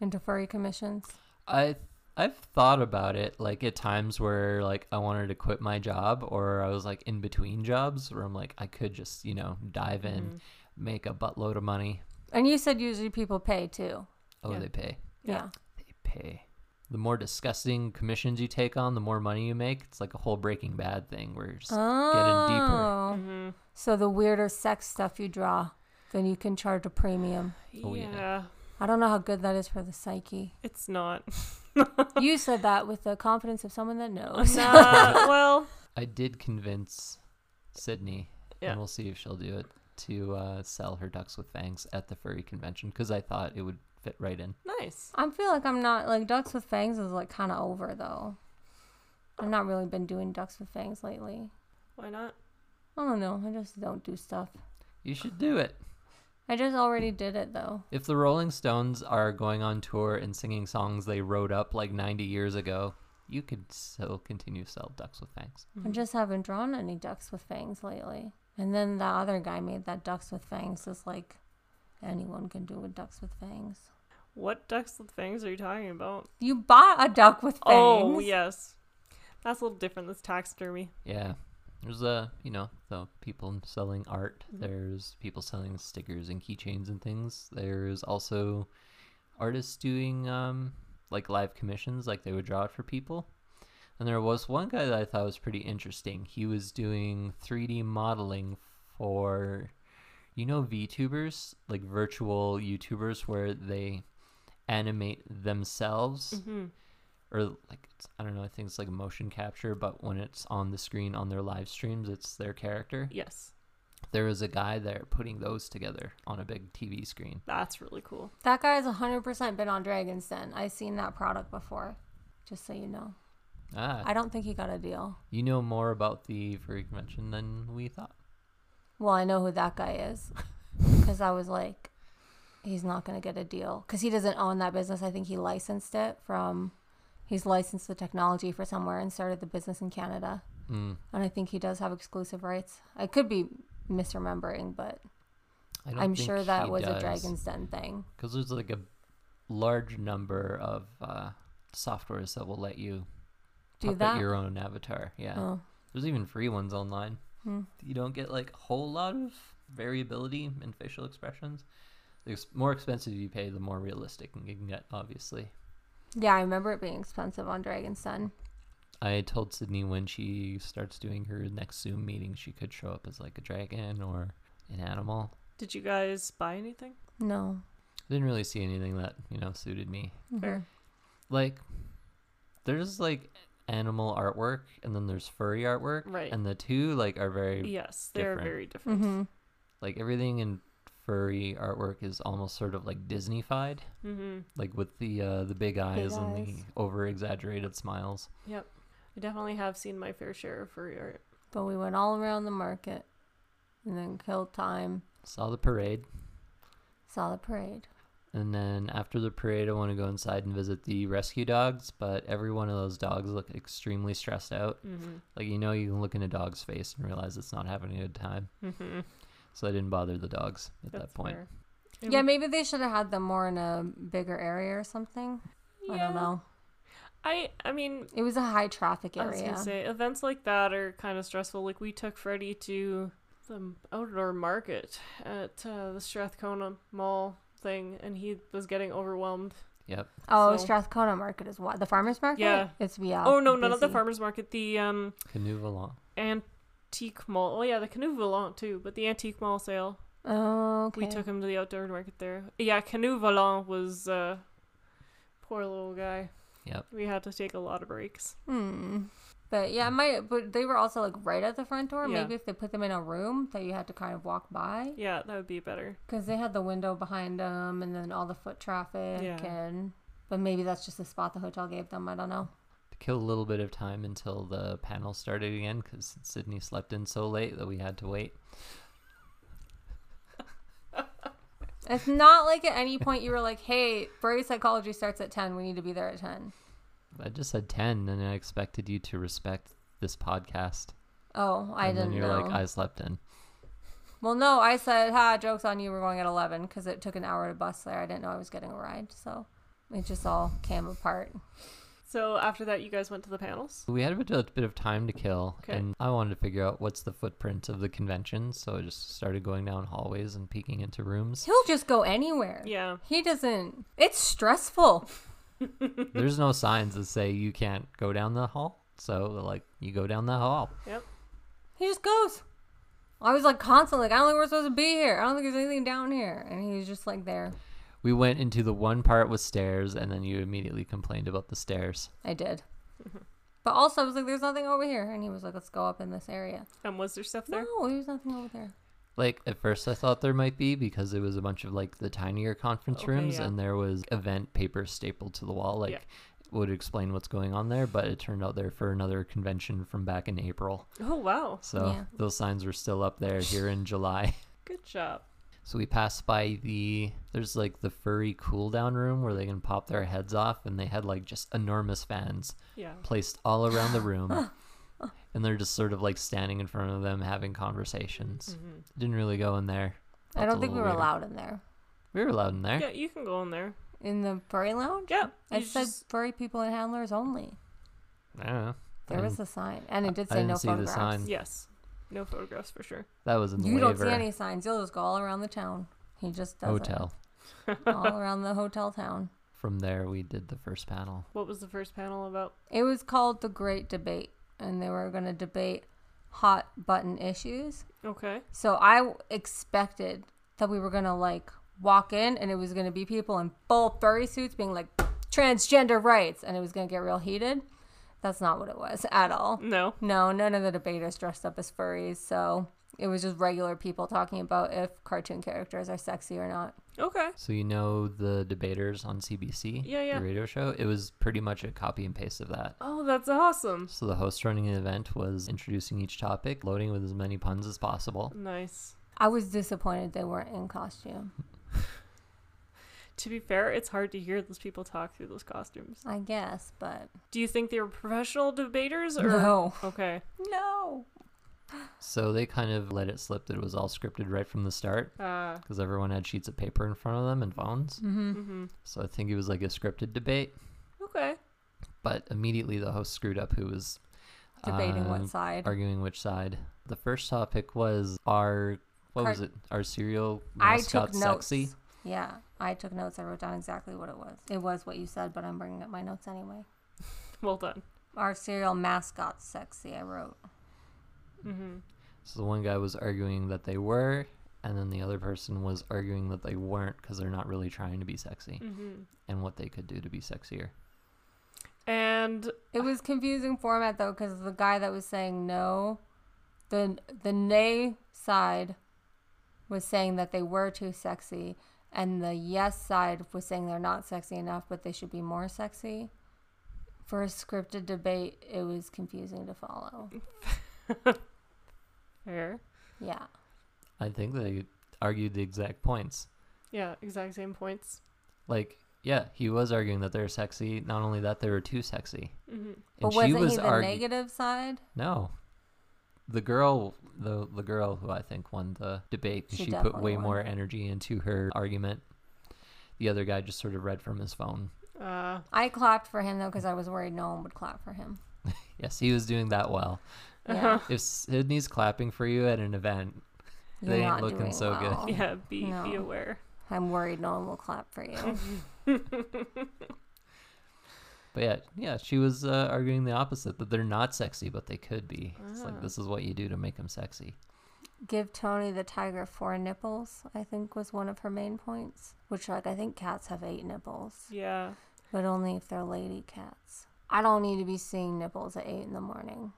C: into furry commissions?
A: I I've thought about it like at times where like I wanted to quit my job or I was like in between jobs where I'm like I could just, you know, dive in,
B: Mm-hmm.
C: Mm-hmm.
A: make a buttload of money.
C: And you said usually people pay too.
A: Oh,
B: Yeah.
A: they pay.
C: Yeah.
A: They pay. The more disgusting commissions you take on, the more money you make. It's like a whole breaking bad thing where you're just
C: Uh.
A: getting deeper.
C: Oh.
B: cool. Mhm.
C: So the weirder sex stuff you draw, then you can charge a premium.
A: Oh,
B: yeah.
A: yeah.
C: I don't know how good that is for the psyche.
B: it's not.
C: You said that with the confidence of someone that knows.
B: Nah, well,
A: I did convince Sydney,
B: Yeah.
A: and we'll see if she'll do it, to uh, sell her ducks with fangs at the furry convention because I thought it would fit right in.
B: nice.
C: I feel like I'm not like ducks with fangs is like kind of over though. I've not really been doing ducks with fangs lately.
B: Why not?
C: I don't know. I just don't do stuff.
A: You should do it.
C: I just already did it though.
A: If the Rolling Stones are going on tour and singing songs they wrote up like 90 years ago, you could still continue to sell ducks with fangs.
C: I just haven't drawn any ducks with fangs lately. And then the other guy made that ducks with fangs is like anyone can do with ducks with fangs.
B: What ducks with fangs are you talking about?
C: You bought a duck with fangs.
B: Oh, yes. That's a little different. That's taxidermy.
A: Yeah. There's uh, you know, the people selling art. There's people selling stickers and keychains and things. There's also artists doing um like live commissions, like they would draw it for people. And there was one guy that I thought was pretty interesting. He was doing 3D modeling for you know VTubers, like virtual YouTubers where they animate themselves
B: Mhm.
A: or like it's, I don't know, I think it's like motion capture, but when it's on the screen on their live streams, it's their character.
B: Yes,
A: There was a guy there putting those together on a big TV screen.
B: that's really cool.
C: That guy's 100% been on Dragon's Den. i seen that product before, just so you know.
A: Ah,
C: I don't think he got a deal.
A: you know more about the furry convention than we thought.
C: Well, I know who that guy is because I was like, he's not going to get a deal because he doesn't own that business. I think he licensed it from, he's licensed the technology for somewhere and started the business in Canada.
A: Mm.
C: And I think he does have exclusive rights. I could be misremembering, but
A: I don't
C: I'm
A: think
C: sure that
A: he
C: was a
A: does,
C: Dragon's Den thing.
A: Because there's like a large number of uh, softwares that will let you
C: Do
A: puppet
C: that?
A: your own avatar. Yeah.
C: Oh.
A: There's even free ones online.
C: Hmm.
A: You don't get like a whole lot of variability in facial expressions. The ex- more expensive you pay, the more realistic you can get, obviously.
C: Yeah, I remember it being expensive on Dragon's Den.
A: I told Sydney when she starts doing her next Zoom meeting, she could show up as like a dragon or an animal.
B: Did you guys buy anything?
C: No. Mm-hmm.
A: I didn't really see anything that, you know, suited me.
B: Fair.
A: Like, there's like animal artwork and then there's furry artwork.
B: Right.
A: And the two, like, are very,
B: Yes, they are
A: Different.
B: very different.
C: Mm-hmm.
A: like, everything in furry artwork is almost sort of like Disney-fied.
B: Mm-hmm.
A: like with the uh, the big eyes and the
C: eyes.
A: over exaggerated smiles.
B: Yep. I definitely have seen my fair share of furry art.
C: But we went all around the market and then killed time,
A: Saw the parade,
C: saw the parade.
A: and then after the parade, I want to go inside and visit the rescue dogs. But every one of those dogs look extremely stressed out.
B: Mm-hmm.
A: Like you know, you can look in a dog's face and realize it's not having a good time.
B: Mm-hmm.
A: So I didn't bother the dogs at that point.
C: Yeah, maybe they should have had them more in a bigger area or something. I don't know.
B: I I mean,
C: It was a high traffic
B: I was
C: area.
B: gonna say events like that are kind of stressful. Like we took Freddie to the outdoor market at uh, the Strathcona Mall thing, and he was getting overwhelmed.
A: Yep.
C: oh,
B: so-
C: Strathcona Market is what the farmers market.
B: Yeah.
C: it's yeah.
B: oh no, not at the
C: busy.
B: farmers market. The um
A: Canoe Volant.
B: antique mall. Oh yeah, the Canoe Volant too, but the antique mall sale.
C: Oh, okay.
B: We took him to the outdoor market there. Yeah, Canoe Volant was uh poor little guy.
A: Yep.
B: We had to take a lot of breaks.
C: Hmm. But yeah, my but they were also like right at the front door.
B: Yeah.
C: Maybe if they put them in a room that you had to kind of walk by
B: Yeah, that would be better.
C: because they had the window behind them and then all the foot traffic
B: Yeah.
C: and. But maybe that's just the spot the hotel gave them. I don't know.
A: To kill a little bit of time until the panel started again, because Sydney slept in so late that we had to wait.
C: It's not like at any point you were like, "Hey, Brady Psychology starts at ten. We need to be there at 10.
A: I just said ten, and I expected you to respect this podcast.
C: Oh, I
A: and
C: didn't
A: then you're
C: know.
A: like, I slept in.
C: Well, no, I said, "Ha, jokes on you. We're going at 11 because it took an hour to bus there. I didn't know I was getting a ride, so it just all came apart.
B: So after that, you guys went to the panels.
A: We had a bit, a bit of time to kill,
B: Okay.
A: and I wanted to figure out what's the footprint of the convention, so I just started going down hallways and peeking into rooms.
C: He'll just go anywhere.
B: Yeah.
C: He doesn't. It's stressful.
A: There's no signs that say you can't go down the hall, so like you go down the hall.
B: Yep.
C: He just goes. I was like constantly, like, I don't think we're supposed to be here. I don't think there's anything down here. And he was just like there.
A: We went into the one part with stairs, and then you immediately complained about the stairs.
C: I did.
A: Mm-hmm.
C: But also, I was like, there's nothing over here. And he was like, let's go up in this area.
B: And was there stuff there?
C: No, there's nothing over there.
A: Like at first, I thought there might be because it was a bunch of like the tinier conference
B: Okay,
A: rooms,
B: yeah.
A: and there was event paper stapled to the wall, like.
B: Yeah.
A: Would explain what's going on there, but it turned out there for another convention from back in April.
B: Oh wow,
A: So
C: Yeah.
A: those signs were still up there here in July.
B: good job.
A: So we passed by the there's like the furry cool down room where they can pop their heads off and they had like just enormous fans
B: Yeah.
A: placed all around the room. and they're just sort of like standing in front of them having conversations.
B: Mm-hmm.
C: Mm.
A: Didn't really go in there. Felt
C: I
A: a
C: don't think we
A: little weird.
C: were allowed in there.
A: We were allowed in there.
B: Yeah, you can go in there.
C: In the furry lounge?
B: Yeah.
C: I
B: you
C: said
B: just-
C: furry people and handlers only.
A: I don't know.
C: There
A: I
C: was
A: didn't-
C: a sign. And it did
A: Mm. I
C: say no
A: didn't see the
C: photographs.
A: sign.
B: yes. No photographs for sure.
A: that was in the
C: You
A: waiver
C: don't see any signs. You'll just go all around the town. He just does
A: hotel.
C: it. all around the hotel town.
A: From there we did the first panel.
B: What was the first panel about?
C: It was called The Great Debate, and they were going to debate hot button issues.
B: Okay.
C: So I w- expected that we were going to like walk in and it was going to be people in full furry suits being like transgender rights and it was going to get real heated. That's not what it was at all.
B: No.
C: No, none of the debaters dressed up as furries, so It was just regular people talking about if cartoon characters are sexy or not.
B: Okay.
A: So you know the debaters on CBC,
B: Yeah, yeah.
A: the radio show. It was pretty much a copy and paste of that.
B: Oh, that's awesome.
A: So the host running the event was introducing each topic, loading with as many puns as possible.
B: Nice.
C: I was disappointed they weren't in costume.
B: To be fair, it's hard to hear those people talk through those costumes.
C: I guess, but
B: Do you think they were professional debaters or
C: no,
B: Okay.
C: no.
A: So they kind of let it slip that it was all scripted right from the start
B: Uh
A: because everyone had sheets of paper in front of them and phones.
C: Mm-hmm.
B: hmm
A: So I think it was like a scripted debate,
B: Okay.
A: but immediately the host screwed up who was
C: Debating
A: um,
C: what side.
A: arguing which side. The first topic was our what
C: Car-
A: was it? Our cereal
C: I
A: mascot
C: took notes.
A: sexy.
C: Yeah, I took notes. I wrote down exactly what it was. It was what you said, but I'm bringing up my notes anyway.
B: Well done.
C: Our cereal mascot sexy. I wrote.
B: hmm
A: So the one guy was arguing that they were, and then the other person was arguing that they weren't because they're not really trying to be sexy
B: hmm
A: and what they could do to be sexier.
B: And
C: It was confusing format though, because the guy that was saying no, the the nay side, was saying that they were too sexy, and the yes side was saying they're not sexy enough, but they should be more sexy. For a scripted debate, it was confusing to follow.
B: fair.
C: Yeah,
A: I think they argued the exact points.
B: Yeah, exact same points.
A: Like, yeah, he was arguing that they're sexy. Not only that, they were too sexy.
B: hmm
C: but
A: And
C: wasn't
A: she was
C: he the
A: arguing.
C: negative side?
A: No. The girl, the the girl who I think won the debate, 'cause
C: She
A: she, put
C: definitely
A: way
C: won.
A: more energy into her argument. The other guy just sort of read from his phone.
B: Uh
C: I clapped for him though, because I was worried no one would clap for him.
A: Yes, he was doing that well.
B: Uh-huh.
C: Yeah,
A: If Sydney's clapping for you at an event,
C: you're
A: They ain't
C: not
A: looking
C: doing
A: so good.
C: well.
B: yeah, be be
C: Oh. No.
B: aware.
C: I'm worried no one will clap for you.
A: but yeah, yeah, she was uh, arguing the opposite that they're not sexy, but they could be. It's
B: Ah.
C: Mm-hmm.
A: like this is what you do to make them sexy.
C: give Tony the tiger four nipples, I think was one of her main points. Which, like, I think cats have eight nipples,
B: Yeah.
C: but only if they're lady cats. I don't need to be seeing nipples at eight in the morning.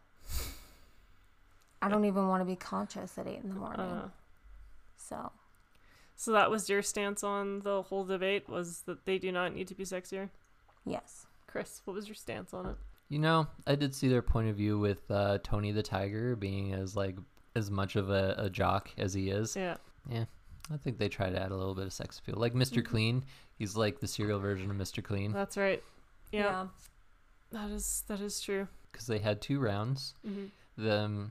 C: I don't even want to be conscious at eight in the morning.
B: Uh,
C: so,
B: so that was your stance on the whole debate was that they do not need to be sexier.
C: yes.
B: Chris, what was your stance on it?
A: You know, I did see their point of view with uh, Tony the Tiger being as like as much of a, a jock as he is.
B: Yeah.
A: I think they try to add a little bit of sex appeal, like mister Clean. He's like the cereal version of Mister Clean
B: That's right. Yeah, that is that is true.
A: because they had two rounds.
C: Mm-hmm.
B: hmm
A: Then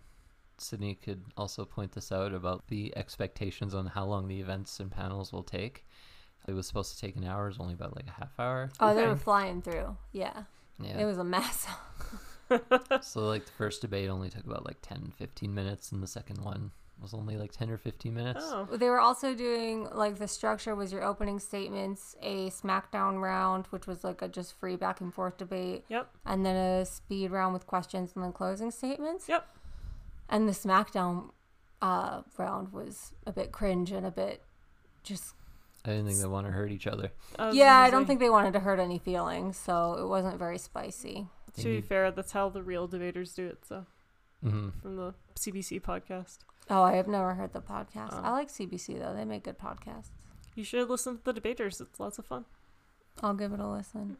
A: Sydney could also point this out about the expectations on how long the events and panels will take. It was supposed to take an hour. It was only about like a half hour.
C: Oh, they
B: Okay.
C: were flying through. Yeah.
A: Yeah.
C: It was a mess.
A: so like the first debate only took about like 10 15 minutes and the second one was only like 10 or 15 minutes
B: Oh,
C: They were also doing like the structure was your opening statements, a SmackDown round, which was like a just free back and forth debate.
B: Yep.
C: And then a speed round with questions and then closing statements.
B: Yep.
C: And the SmackDown uh, round was a bit cringe and a bit just.
A: i didn't think they want to hurt each other
B: was
C: yeah,
B: gonna
C: I don't
B: say,
C: think they wanted to hurt any feelings, so it wasn't very spicy.
A: they
B: To be
A: need-
B: fair, that's how the real debaters do it. So
A: hmm
B: from the CBC podcast,
C: Oh, I have never heard the podcast.
B: Oh.
C: I like CBC though; they make good podcasts.
B: you should listen to the debaters. It's lots of fun.
C: I'll give it a listen.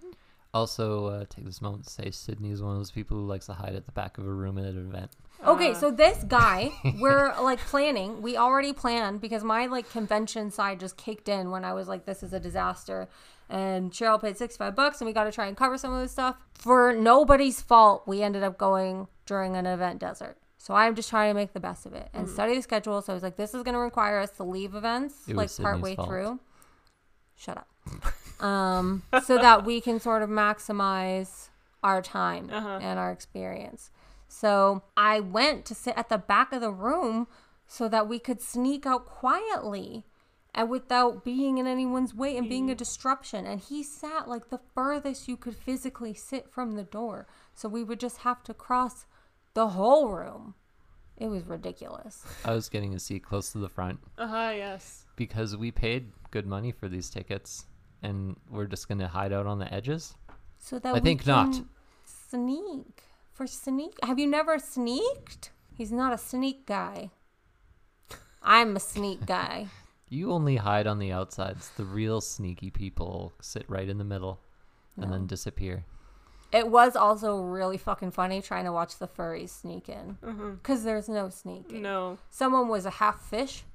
A: also uh, take this moment to say sydney is one of those people who likes to hide at the back of a room at an event
C: Okay,
B: Uh,
C: so this guy, we're like planning. We already planned because my like convention side just kicked in when I was like, "This is a disaster," and Cheryl paid sixty five bucks, and we got to try and cover some of this stuff for nobody's fault. We ended up going during an event desert, so I'm just trying to make the best of it and study the schedule. So I was like, "This is going to require us to leave events
A: It
C: like
A: was
C: part
A: Sydney's
C: way
A: fault.
C: through." Shut up, um, so that we can sort of maximize our time
B: Uh-huh.
C: and our experience. So I went to sit at the back of the room so that we could sneak out quietly and without being in anyone's way and being a disruption. And he sat like the furthest you could physically sit from the door. So we would just have to cross the whole room. It was ridiculous.
A: i was getting a seat close to the front
B: uh-huh, yes.
A: because we paid good money for these tickets and we're just going to hide out on the edges
C: So that
A: I
C: we
A: think
C: can
A: not.
C: Sneak for sneak. Have you never sneaked? He's not a sneak guy. I'm a sneak guy.
A: You only hide on the outsides. The real sneaky people sit right in the middle and then disappear.
C: It was also really fucking funny trying to watch the furries sneak in because there's no sneaking.
B: No.
C: Someone was a half fish,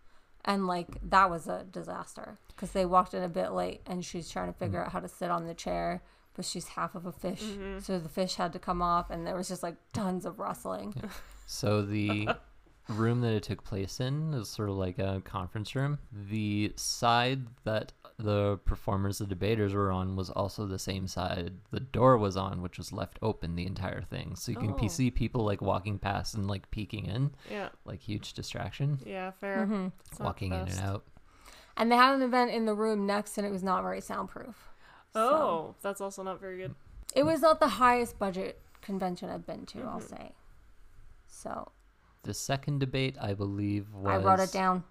C: and like that was a disaster because they walked in a bit late, and she's trying to
A: Mm.
C: figure out how to sit on the chair, but she's half of a fish, so the fish had to come off, and there was just like tons of rustling.
A: So the room that it took place in is sort of like a conference room. The side that the performers, the debaters were on, was also the same side the door was on, which was left open the entire thing. So you can
B: Oh.
A: p- see people like walking past and like peeking in,
B: Yeah.
A: like huge distraction,
B: Yeah. Fair.
C: Mm-hmm.
B: It's not
A: walking
B: the
A: in and
B: best.
A: out.
C: And they had an event in the room next, and it was not very soundproof. So-
B: Oh, that's also not very good.
C: it was not the highest budget convention I've been to. I'll say. So
A: The second debate, I believe, was
C: I wrote it down.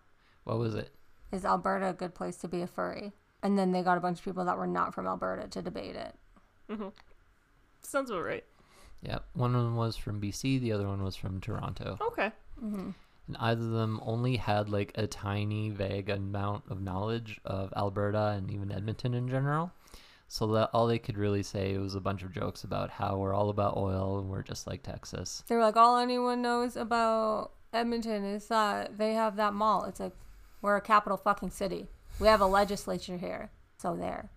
A: What was it?
C: Is Alberta a good place to be a furry? And then they got a bunch of people that were not from Alberta to debate it.
B: Mm-hmm. Sounds about right.
A: Yeah, one of them was from BC, the other one was from Toronto.
B: Okay.
A: And either of them only had like a tiny, vague amount of knowledge of Alberta and even Edmonton in general. So that all they could really say was a bunch of jokes about how we're all about oil and we're just like Texas.
C: They were like, all anyone knows about Edmonton is that they have that mall. It's like, we're a capital fucking city. We have a legislature here. So there.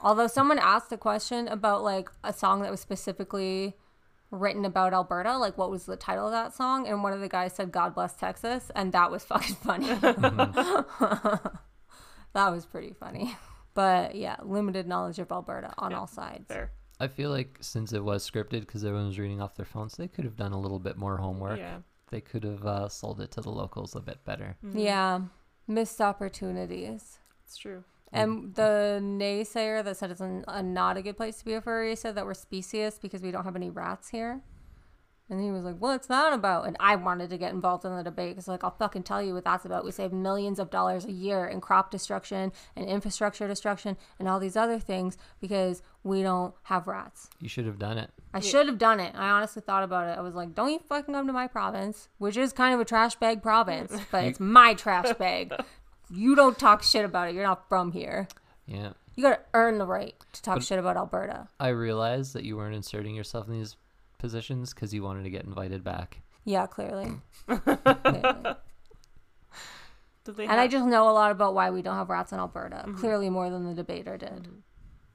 C: Although someone asked a question about like a song that was specifically written about Alberta, like what was the title of that song? And one of the guys said, God bless Texas. And that was fucking funny.
A: Mm-hmm.
C: that was pretty funny. But yeah, limited knowledge of Alberta on all sides.
B: Fair.
A: I feel like since it was scripted because everyone was reading off their phones, they could have done a little bit more homework.
B: Yeah.
A: They could have uh, sold it to the locals a bit better.
C: Yeah, missed opportunities.
B: Mm-hmm. It's true.
C: And the naysayer that said it's an, a not a good place to be a furry said that we're specious because we don't have any rats here. And he was like, "What's that about?" And I wanted to get involved in the debate because, like, I'll fucking tell you what that's about. We save millions of dollars a year in crop destruction and infrastructure destruction and all these other things because we don't have rats.
A: You should have done it.
C: I should have done it. I honestly thought about it. I was like, don't you fucking come to my province, which is kind of a trash bag province, but it's my trash bag. You don't talk shit about it. You're not from here.
A: Yeah.
C: You gotta earn the right to talk shit about Alberta.
A: I realized that you weren't inserting yourself in these positions because you wanted to get invited back.
C: Yeah, clearly. Clearly.
B: Did they?
C: And I just know a lot about why we don't have rats in Alberta. Clearly more than the debater did.
B: Mm.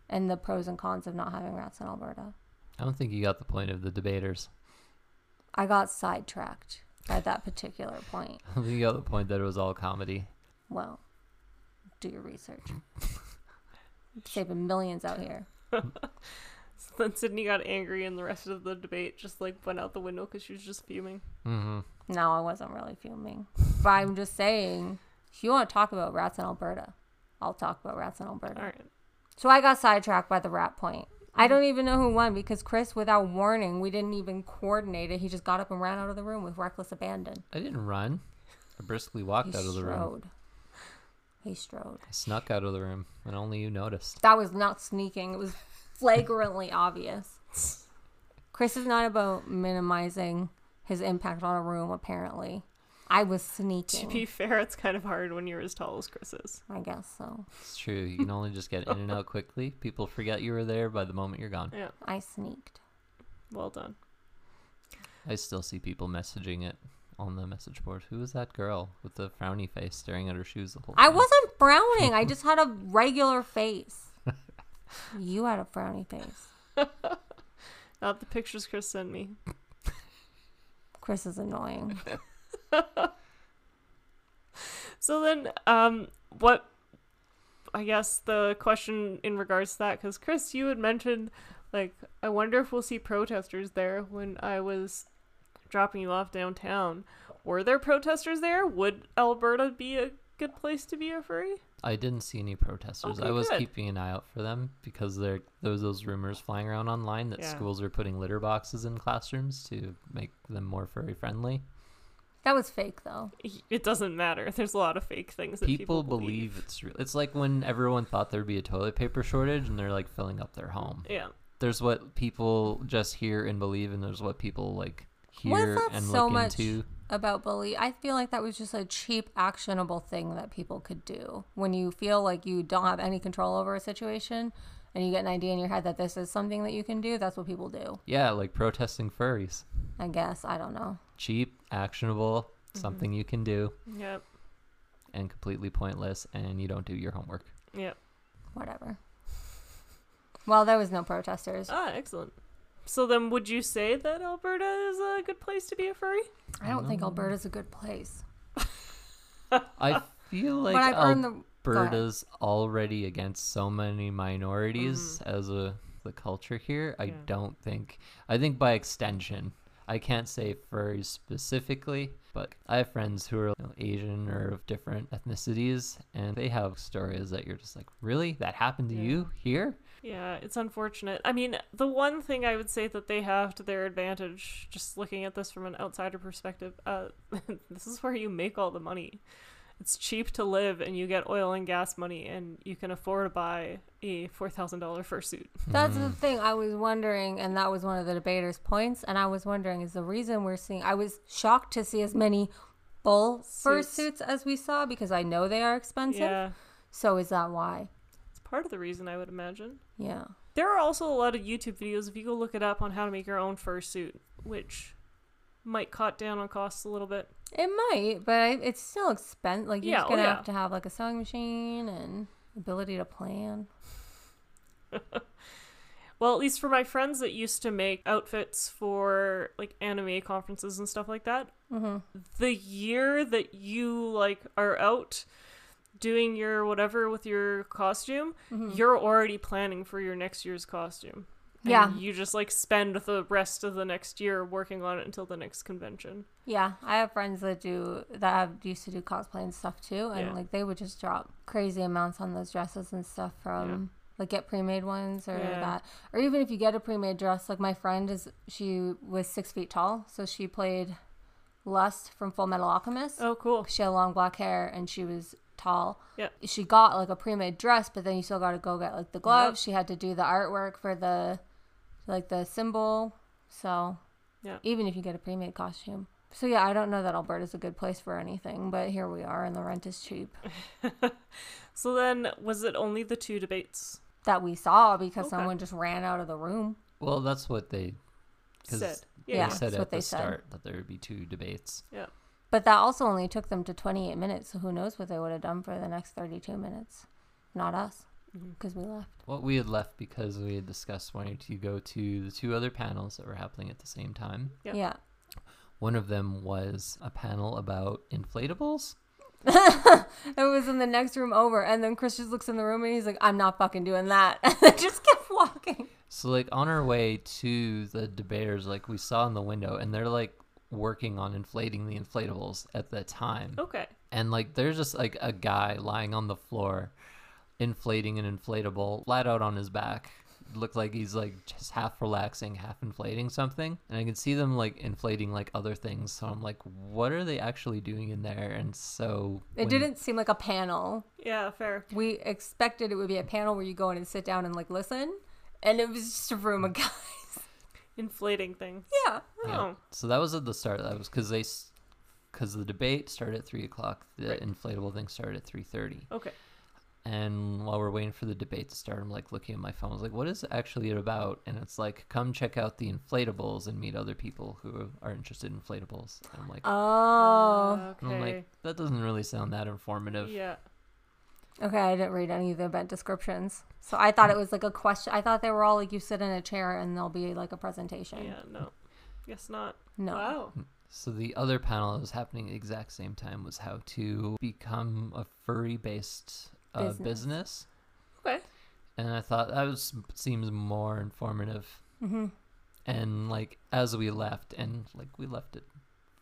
C: And the pros and cons of not having rats in Alberta.
A: I don't think you got the point of the debaters.
C: I got sidetracked by that particular point.
A: I think you got the point that it was all comedy.
C: Well, do your research. Saving millions out here.
B: Then Sydney got angry, and the rest of the debate just like went out the window because she was just fuming.
A: Mm-hmm.
C: No, I wasn't really fuming. But I'm just saying, if you want to talk about rats in Alberta, I'll talk about rats in Alberta.
B: All right.
C: So I got sidetracked by the rat point. I don't even know who won because Chris, without warning, we didn't even coordinate it. He just got up and ran out of the room with reckless abandon.
A: I didn't run. I briskly
C: He
A: walked out of the room.
C: strode. He strode.
A: I snuck out of the room, and only you noticed.
C: That was not sneaking. It was flagrantly obvious. Chris is not about minimizing his impact on a room, apparently. I was
B: To
C: sneaking.
B: be fair, it's kind of hard when you're as tall as Chris is.
C: I guess so.
A: It's true. You can only just get in and out quickly. People forget you were there by the moment you're gone.
B: Yeah.
C: I sneaked.
B: Well done.
A: I still see people messaging it on the message board. Who was that girl with the frowny face staring at her shoes the whole time?
C: I wasn't frowning. I just had a regular face. You had a frowny face.
B: Not the pictures Chris sent me.
C: Chris is annoying.
B: So then, um, what? I guess the question in regards to that, because Chris, you had mentioned, like, I wonder if we'll see protesters there when I was dropping you off downtown. Were there protesters there? Would Alberta be a good place to be a furry?
A: I didn't see any protesters.
B: Okay,
A: I was
B: good.
A: keeping an eye out for them because there there was those rumors flying around online that
B: Yeah.
A: schools are putting litter boxes in classrooms to make them more furry friendly.
C: That was fake, though.
B: It doesn't matter. There's a lot of fake things that
A: people, believe it's real. It's like when everyone thought there'd be a toilet paper shortage and they're like filling up their home.
B: Yeah.
A: There's what people just hear and believe, and there's what people like
C: What is
A: hear
C: that
A: and
C: so
A: look
C: much-
A: into.
C: about bully, I feel like that was just a cheap, actionable thing that people could do. When you feel like you don't have any control over a situation and you get an idea in your head that this is something that you can do, that's what people do,
A: Yeah, like protesting furries.
C: I guess. I don't know.
A: Cheap, actionable,
C: Mm-hmm.
A: something you can do,
B: Yep.
A: and completely pointless, and you don't do your homework.
B: Yep.
C: Whatever. Well, there was no protesters.
B: Ah, excellent. So then, would you say that Alberta is a good place to be a furry?
C: I don't think Alberta's a good place.
A: I feel like
C: Uh, but I've earned the. go ahead.
A: Alberta's already against so many minorities
B: Mm-hmm.
A: as a the culture here. I don't think I think by extension. I can't say furries specifically, but I have friends who are you know, Asian or of different ethnicities, and they have stories that you're just like, really? That happened to you here?
B: Yeah, it's unfortunate. I mean, the one thing I would say that they have to their advantage, just looking at this from an outsider perspective, uh, this is where you make all the money. It's cheap to live, and you get oil and gas money, and you can afford to buy a four thousand dollar fursuit.
C: That's the thing I was wondering, and that was one of the debaters' points. And I was wondering, is the reason we're seeing? I was shocked to see as many bull
B: Suits.
C: fursuits as we saw because I know they are expensive.
B: Yeah,
C: So is that why?
B: it's part of the reason I would imagine.
C: Yeah.
B: There are also a lot of YouTube videos if you go look it up on how to make your own fursuit, which might cut down on costs a little bit.
C: It might, but I, it's still expensive. Like you're
B: Yeah,
C: just
B: oh
C: gonna
B: yeah.
C: have to have like a sewing machine and ability to plan.
B: Well, at least for my friends that used to make outfits for like anime conferences and stuff like that, the year that you like are out doing your whatever with your costume, you're already planning for your next year's costume. And
C: Yeah.
B: you just like spend the rest of the next year working on it until the next convention.
C: Yeah, I have friends that do that have, used to do cosplay and stuff too, and
B: Yeah.
C: like they would just drop crazy amounts on those dresses and stuff from like get pre-made ones or
B: Yeah.
C: that, or even if you get a pre-made dress. Like my friend is, she was six feet tall, so she played Lust from Full Metal Alchemist.
B: Oh, cool.
C: She had long black hair and she was tall.
B: Yep.
C: She got like a pre-made dress, but then you still got to go get like the gloves. She had to do the artwork for the like the symbol. So
B: Yep.
C: even if you get a pre-made costume. So yeah, I don't know that Alberta's a good place for anything, but here we are and the rent is cheap.
B: So then, was it only the two debates?
C: That we saw because
B: Okay.
C: someone just ran out of the room.
A: Well, that's what they 'cause
B: Said.
A: They
C: Yeah,
A: said
C: that's
A: at
C: what
A: the
C: they said.
A: start that there would be two debates.
B: Yeah.
C: But that also only took them to 28 minutes, so who knows what they would have done for the next 32 minutes. Not us,
B: Mm-hmm.
C: because we left.
A: What we had left because we had discussed wanting to go to the two other panels that were happening at the same time.
B: Yeah.
C: Yeah.
A: One of them was a panel about inflatables.
C: It was in the next room over, and then Chris just looks in the room and he's like, "I'm not fucking doing that," and I just kept walking.
A: So like on our way to the debaters, like we saw in the window, and they're like working on inflating the inflatables at that time.
C: Oh.
B: Okay.
A: And like there's just like a guy lying on the floor inflating an inflatable flat out on his back. Looked like he's like just half relaxing, half inflating something. And I can see them like inflating like other things. So I'm like, what are they actually doing in there? And so
C: It
A: when-
C: didn't seem like a panel.
B: Yeah, fair.
C: We expected it would be a panel where you go in and sit down and like listen, and it was just a room of guys.
B: Inflating things.
C: Yeah,
A: Yeah.
B: Oh.
A: So that was at the start. That was because they, because the debate started at three o'clock. The
B: Right.
A: inflatable thing started at three thirty.
B: Okay.
A: And while we're waiting for the debate to start, I'm like looking at my phone. I was like, "What is it actually about?" And it's like, "Come check out the inflatables and meet other people who are interested in inflatables." And I'm like,
C: Oh,
A: and I'm
B: Okay.
A: like, that doesn't really sound that informative.
B: Yeah.
C: okay. I didn't read any of the event descriptions, so I thought it was like a question. I thought they were all like, "You sit in a chair and there'll be like a presentation."
B: Yeah, no. Guess not.
C: No.
B: Wow.
A: So the other panel that was happening at the exact same time was how to become a furry-based uh,
C: Business.
A: business.
B: Okay.
A: and I thought that was seems more informative. Mm-hmm. And like as we left, and like we left at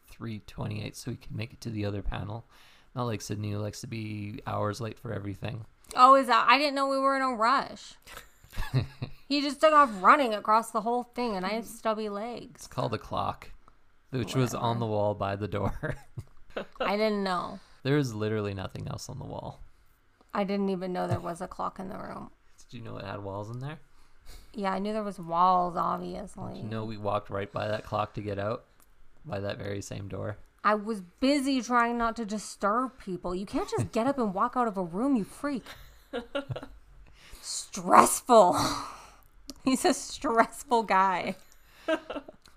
A: three twenty eight, so we could make it to the other panel. Not like Sydney who likes to be hours late for everything.
C: Oh, is that? I didn't know we were in a rush. he just took off running across the whole thing, and I have stubby legs.
A: It's called a clock, which was on the wall by the door.
C: I didn't know.
A: there is literally nothing else on the wall.
C: I didn't even know there was a clock in the room.
A: Did you know it had walls in there?
C: Yeah, I knew there was walls, obviously.
A: You know we walked right by that clock to get out by that very same door.
C: I was busy trying not to disturb people. You can't just get up and walk out of a room, you freak. stressful. He's a stressful guy.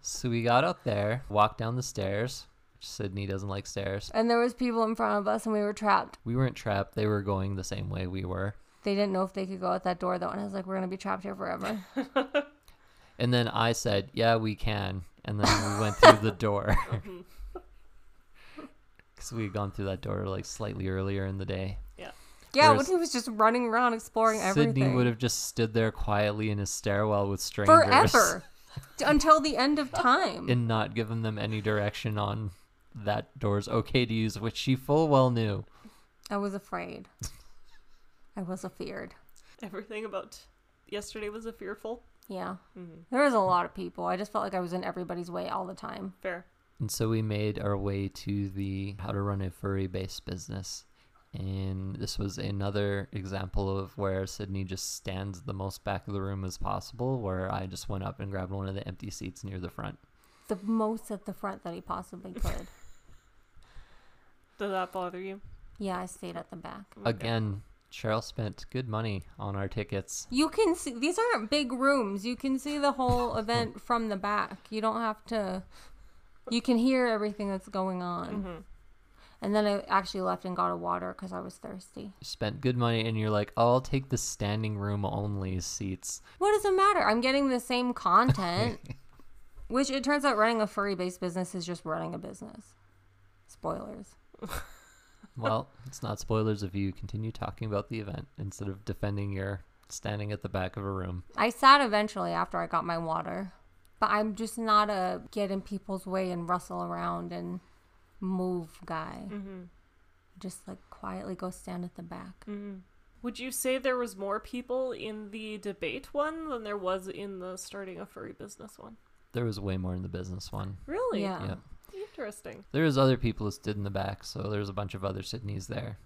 A: So we got up there, walked down the stairs. Sydney doesn't like stairs.
C: And there was people in front of us and we were trapped.
A: We weren't trapped. They were going the same way we were.
C: They didn't know if they could go out that door though, and I was like, We're gonna be trapped here forever.
A: And then I said, Yeah, we can. And then we went through the door. Because we had gone through that door like slightly earlier in the day.
C: Yeah,
A: Whereas
C: what if he was just running around exploring
A: Sydney
C: everything
A: would have just stood there quietly in his stairwell with strangers
C: forever. t- until the end of time.
A: and not given them any direction on that door's okay to use, which she full well knew.
C: I was afraid. I was afeared.
B: Everything about yesterday was a fearful. Mm-hmm.
C: Yeah. There was a lot of people. I just felt like I was in everybody's way all the time.
B: Fair.
A: And so we made our way to the how to run a furry based business. And this was another example of where Sydney just stands the most back of the room as possible, where I just went up and grabbed one of the empty seats near the front.
C: The most at the front that he possibly could.
B: Does that bother you?
C: yeah, I stayed at the back.
A: Again, Cheryl spent good money on our tickets.
C: You can see these aren't big rooms. You can see the whole event from the back. You don't have to you can hear everything that's going on.
B: Mm-hmm.
C: And then I actually left and got a water cuz I was thirsty.
A: Spent good money, and you're like, oh, I'll take the standing room only seats.
C: What does it matter? I'm getting the same content. Which it turns out running a furry based business is just running a business. Spoilers.
A: Well, it's not spoilers if you continue talking about the event instead of defending your standing at the back of a room.
C: I sat eventually after I got my water, but I'm just not a get in people's way and rustle around and move guy.
B: Mm-hmm.
C: Just like quietly go stand at the back.
B: Mm-hmm. Would you say there was more people in the debate one than there was in the starting a furry business one?
A: There was way more in the business one.
B: Really?
C: Yeah.
A: Yeah.
B: Interesting.
A: There was other people who stood in the back, so there's a bunch of other Sydneys there.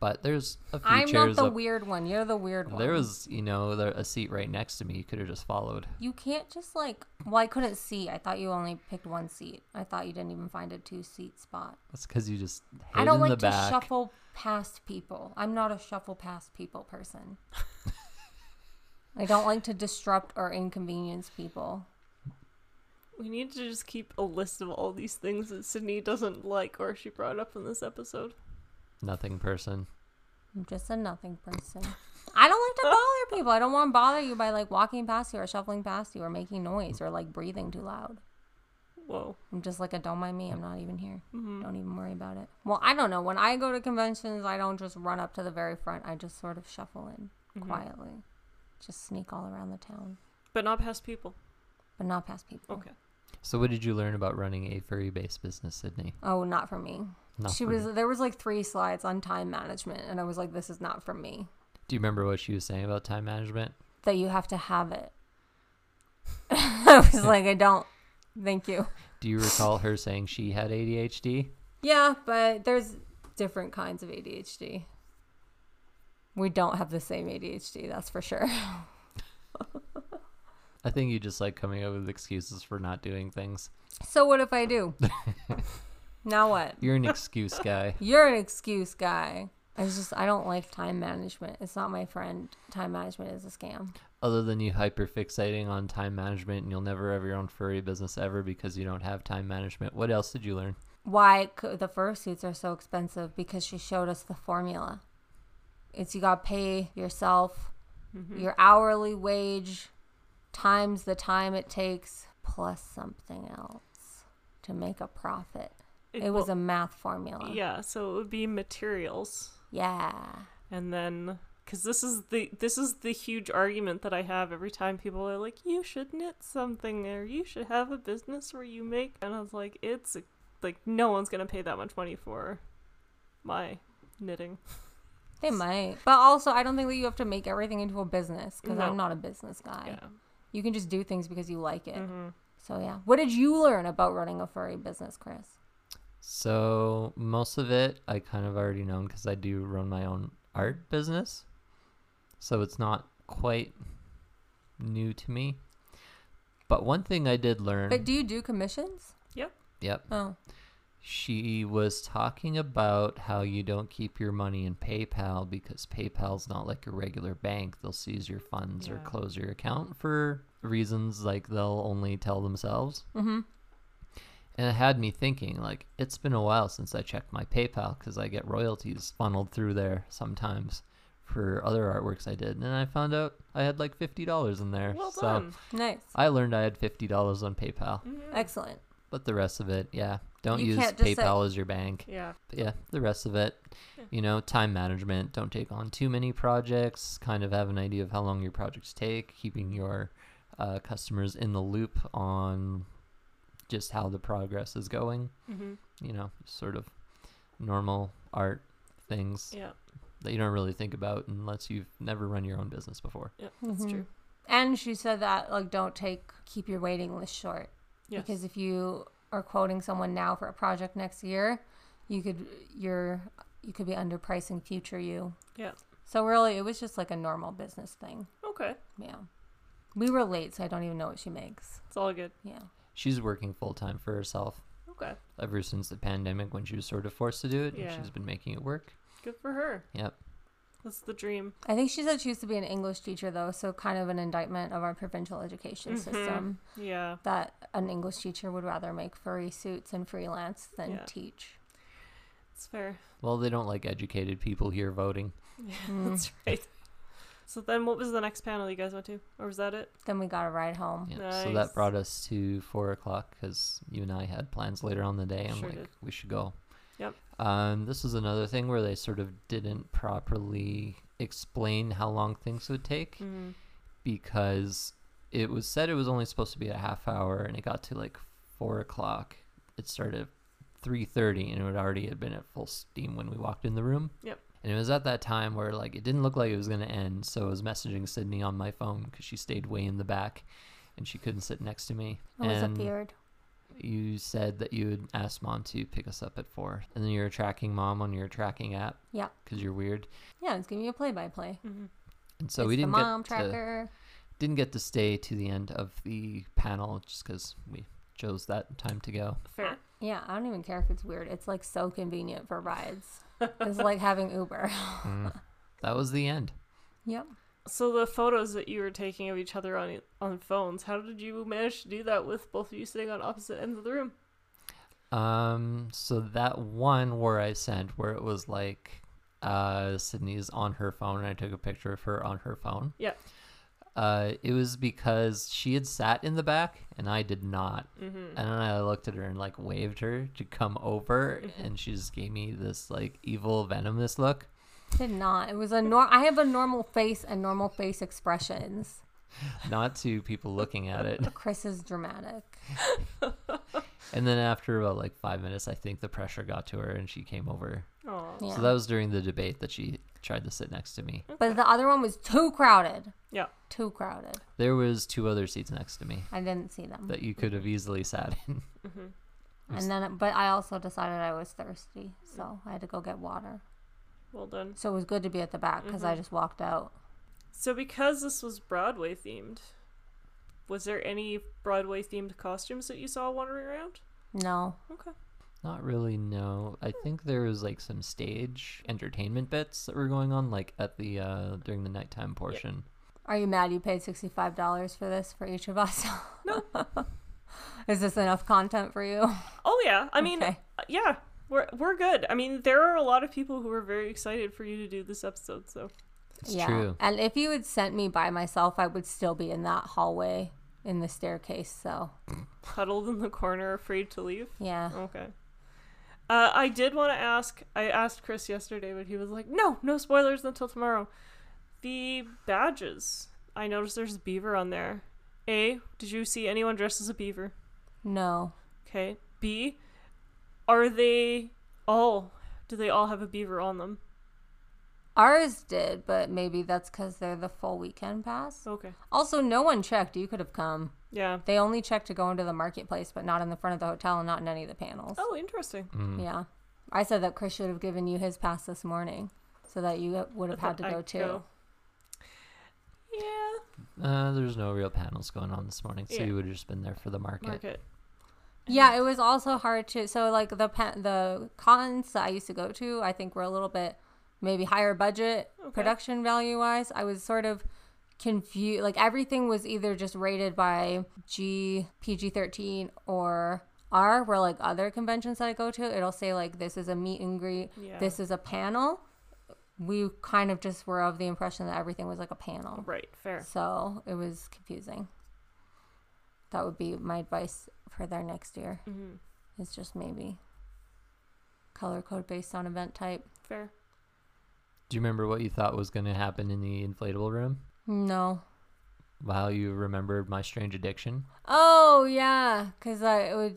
A: But there's a few
C: I'm not
A: chairs
C: the
A: up.
C: weird one. You're the weird one.
A: There was, you know, there, a seat right next to me. You could have just followed.
C: You can't just like. Well, I couldn't see. I thought you only picked one seat. I thought you didn't even find a two seat spot.
A: That's because you just hid
C: I don't
A: in
C: like
A: the
C: to
A: back.
C: shuffle past people. I'm not a shuffle past people person. I don't like to disrupt or inconvenience people.
B: We need to just keep a list of all these things that Sydney doesn't like or she brought up in this episode.
A: Nothing person.
C: I'm just a nothing person. I don't like to bother people. I don't want to bother you by like walking past you or shuffling past you or making noise or like breathing too loud.
B: Whoa.
C: I'm just like a don't mind me. I'm not even here. Don't even worry about it. Well, I don't know. When I go to conventions, I don't just run up to the very front. I just sort of shuffle in quietly, just sneak all around the town,
B: But not past people.
C: but not past people.
B: Okay.
A: So, what did you learn about running a furry based business, Sydney?
C: Oh, not for me.
A: Not
C: she
A: for
C: was
A: you.
C: there was like three slides on time management, and I was like, this is not for me.
A: Do you remember what she was saying about time management?
C: That you have to have it. I was like, I don't. Thank you.
A: Do you recall her saying she had ADHD?
C: Yeah, but there's different kinds of ADHD. We don't have the same ADHD, that's for sure.
A: I think you just like coming up with excuses for not doing things.
C: So what if I do? now what?
A: You're an excuse guy.
C: You're an excuse guy. I just I don't like time management. It's not my friend. Time management is a scam.
A: Other than you hyperfixating on time management and you'll never have your own furry business ever because you don't have time management. What else did you learn?
C: Why c- the fursuits are so expensive? Because she showed us the formula. It's you got to pay yourself
B: Mm-hmm.
C: your hourly wage times the time it takes plus something else to make a profit. It, was a math formula.
B: Yeah, so it would be materials.
C: yeah.
B: and then because this is the this is the huge argument that I have every time people are like, "You should knit something, or you should have a business where you make," and I was like, "It's like no one's gonna pay that much money for my knitting."
C: They might. But also, I don't think that you have to make everything into a business because
B: No.
C: I'm not a business guy.
B: Yeah. Mm-hmm.
C: You can just do things because you like it. So, yeah. What did you learn about running a furry business, Chris?
A: So most of it I kind of already known because I do run my own art business. So it's not quite new to me. But one thing I did learn.
C: But do you do commissions?
B: Yep.
A: yep.
C: Oh.
A: She was talking about how you don't keep your money in PayPal because PayPal's not like a regular bank. They'll seize your funds or
B: Yeah.
A: close your account for reasons like they'll only tell themselves.
C: Mhm.
A: And it had me thinking, like, it's been a while since I checked my PayPal because I get royalties funneled through there sometimes for other artworks I did. And I found out I had like $50 in there.
B: Well
A: so
B: done. Mm-hmm.
C: Nice.
A: I learned I had $50 on PayPal.
C: Excellent.
A: But the rest of it, yeah. Don't
C: You
A: use
C: can't just say-
A: PayPal as your bank.
B: Yeah.
A: But yeah, the rest of it, you know, time management. Don't take on too many projects. Kind of have an idea of how long your projects take. Keeping your uh, customers in the loop on just how the progress is going.
B: hmm
A: You know, sort of normal art things
B: Yeah.
A: that you don't really think about unless you've never run your own business before.
B: Yeah. That's
C: Mhm.
B: true.
C: And she said that like don't take keep your waiting list short
B: Yes.
C: because if you are quoting someone now for a project next year, you could you're you could be underpricing future you.
B: Yeah.
C: So really, it was just like a normal business thing.
B: Okay.
C: Yeah. We were late, so I don't even know what she makes.
B: It's all good.
C: Yeah.
A: She's working full time for herself
B: Okay.
A: ever since the pandemic when she was sort of forced to do it.
B: Yeah.
A: And she's been making it work.
B: Good for her.
A: Yep.
B: That's the dream.
C: I think she said she used to be an English teacher though, so kind of an indictment of our provincial education
B: Mhm.
C: system
B: Yeah.
C: that an English teacher would rather make furry suits and freelance than
B: Yeah.
C: teach.
B: It's fair.
A: Well, they don't like educated people here voting.
B: Yeah,
C: Mm.
B: that's right. So then, what was the next panel you guys went to, or was that it?
C: Then we got a ride home.
A: Yeah. So that
B: Nice.
A: brought us to four o'clock because you and I had plans later on in the day. I'm
B: Sure
A: like,
B: did.
A: we should go.
B: Yep.
A: Um, this was another thing where they sort of didn't properly explain how long things would take
B: Mm.
A: because it was said it was only supposed to be a half hour and it got to like four o'clock. It started at three thirty and it would already had been at full steam when we walked in the room.
B: Yep.
A: And it was at that time where like it didn't look like it was gonna end, so I was messaging Sydney on my phone because she stayed way in the back, and she couldn't sit next to me.
C: I was
A: and
C: a beard.
A: you said that you had asked mom to pick us up at four, and then you were tracking mom on your tracking app.
C: Yeah.
A: Because you're weird,
C: Yeah, it's giving you a play by play.
B: hmm
A: and so
C: it's
A: we
C: the
A: didn't
C: mom
A: get to,
C: tracker.
A: didn't get to stay to the end of the panel just because we chose that time to go.
B: Fair.
C: Yeah, I don't even care if it's weird. It's like so convenient for rides. it's like having Uber.
A: Mm. that was the end.
C: yep.
B: So the photos that you were taking of each other on on phones, how did you manage to do that with both of you sitting on opposite ends of the room?
A: Um, so that one where I sent where it was like uh Sydney's on her phone and I took a picture of her on her phone.
B: Yeah.
A: Uh it was because she had sat in the back and I did not.
B: Mm-hmm.
A: And then I looked at her and like waved her to come over
B: Mhm.
A: and she just gave me this like evil venomous look.
C: Did not. It was a norm. I have a normal face and normal face expressions.
A: Not to people looking at it.
C: Chris is dramatic.
A: And then after about like five minutes I think the pressure got to her and she came over.
B: Aw.
C: Yeah.
A: So that was during the debate that she tried to sit next to me.
C: But the other one was too crowded.
B: Yeah.
C: Too crowded.
A: There was two other seats next to me.
C: I didn't see them.
A: that you could have easily sat in.
C: And then, but I also decided I was thirsty, so I had to go get water.
B: Well done.
C: So it was good to be at the back because I just walked out.
B: So because this was Broadway themed, was there any Broadway themed costumes that you saw wandering around?
C: No,
B: Okay.
A: Not really, no. I think there was like some stage entertainment bits that were going on, like at the uh during the nighttime portion.
C: Are you mad you paid $65 for this for each of us?
B: No.
C: Is this enough content for you?
B: Oh yeah. I mean,
C: Okay.
B: uh, yeah. We're, we're good. I mean, there are a lot of people who are very excited for you to do this episode, so
A: It's true.
C: And if you had sent me by myself, I would still be in that hallway in the staircase. So,
B: huddled in the corner, afraid to leave.
C: yeah.
B: Okay. Uh, I did want to ask. I asked Chris yesterday, but he was like, "No, no spoilers until tomorrow." The badges. I noticed there's a beaver on there. A. Did you see anyone dressed as a beaver?
C: No.
B: Okay. B. Are they all? Do they all have a beaver on them?
C: Ours did, but maybe that's because they're the full weekend pass.
B: Okay.
C: Also, no one checked. You could have come.
B: Yeah.
C: They only checked to go into the marketplace, but not in the front of the hotel and not in any of the panels.
B: Oh, interesting.
A: Mm.
C: Yeah. I said that Chris should have given you his pass this morning so that you would have had to
B: I
C: go too.
B: Yeah.
A: Uh, there's no real panels going on this morning, so
B: Yeah.
A: you would have just been there for the market.
B: Market.
C: Yeah, it was also hard to so like the pa- the cons that I used to go to, I think were a little bit maybe higher budget production value wise. I was sort of confused like everything was either just rated by G PG-13 or R where like other conventions that I go to, it'll say like this is a meet and greet,
B: Yeah.
C: this is a panel. We kind of just were of the impression that everything was like a panel.
B: Right, fair.
C: So it was confusing. That would be my advice for their next year.
B: Mhm.
C: Is just maybe color code based on event type.
B: Fair.
A: Do you remember what you thought was going to happen in the inflatable room?
C: No.
A: Wow, you remembered my strange addiction?
C: Oh yeah, because I it would.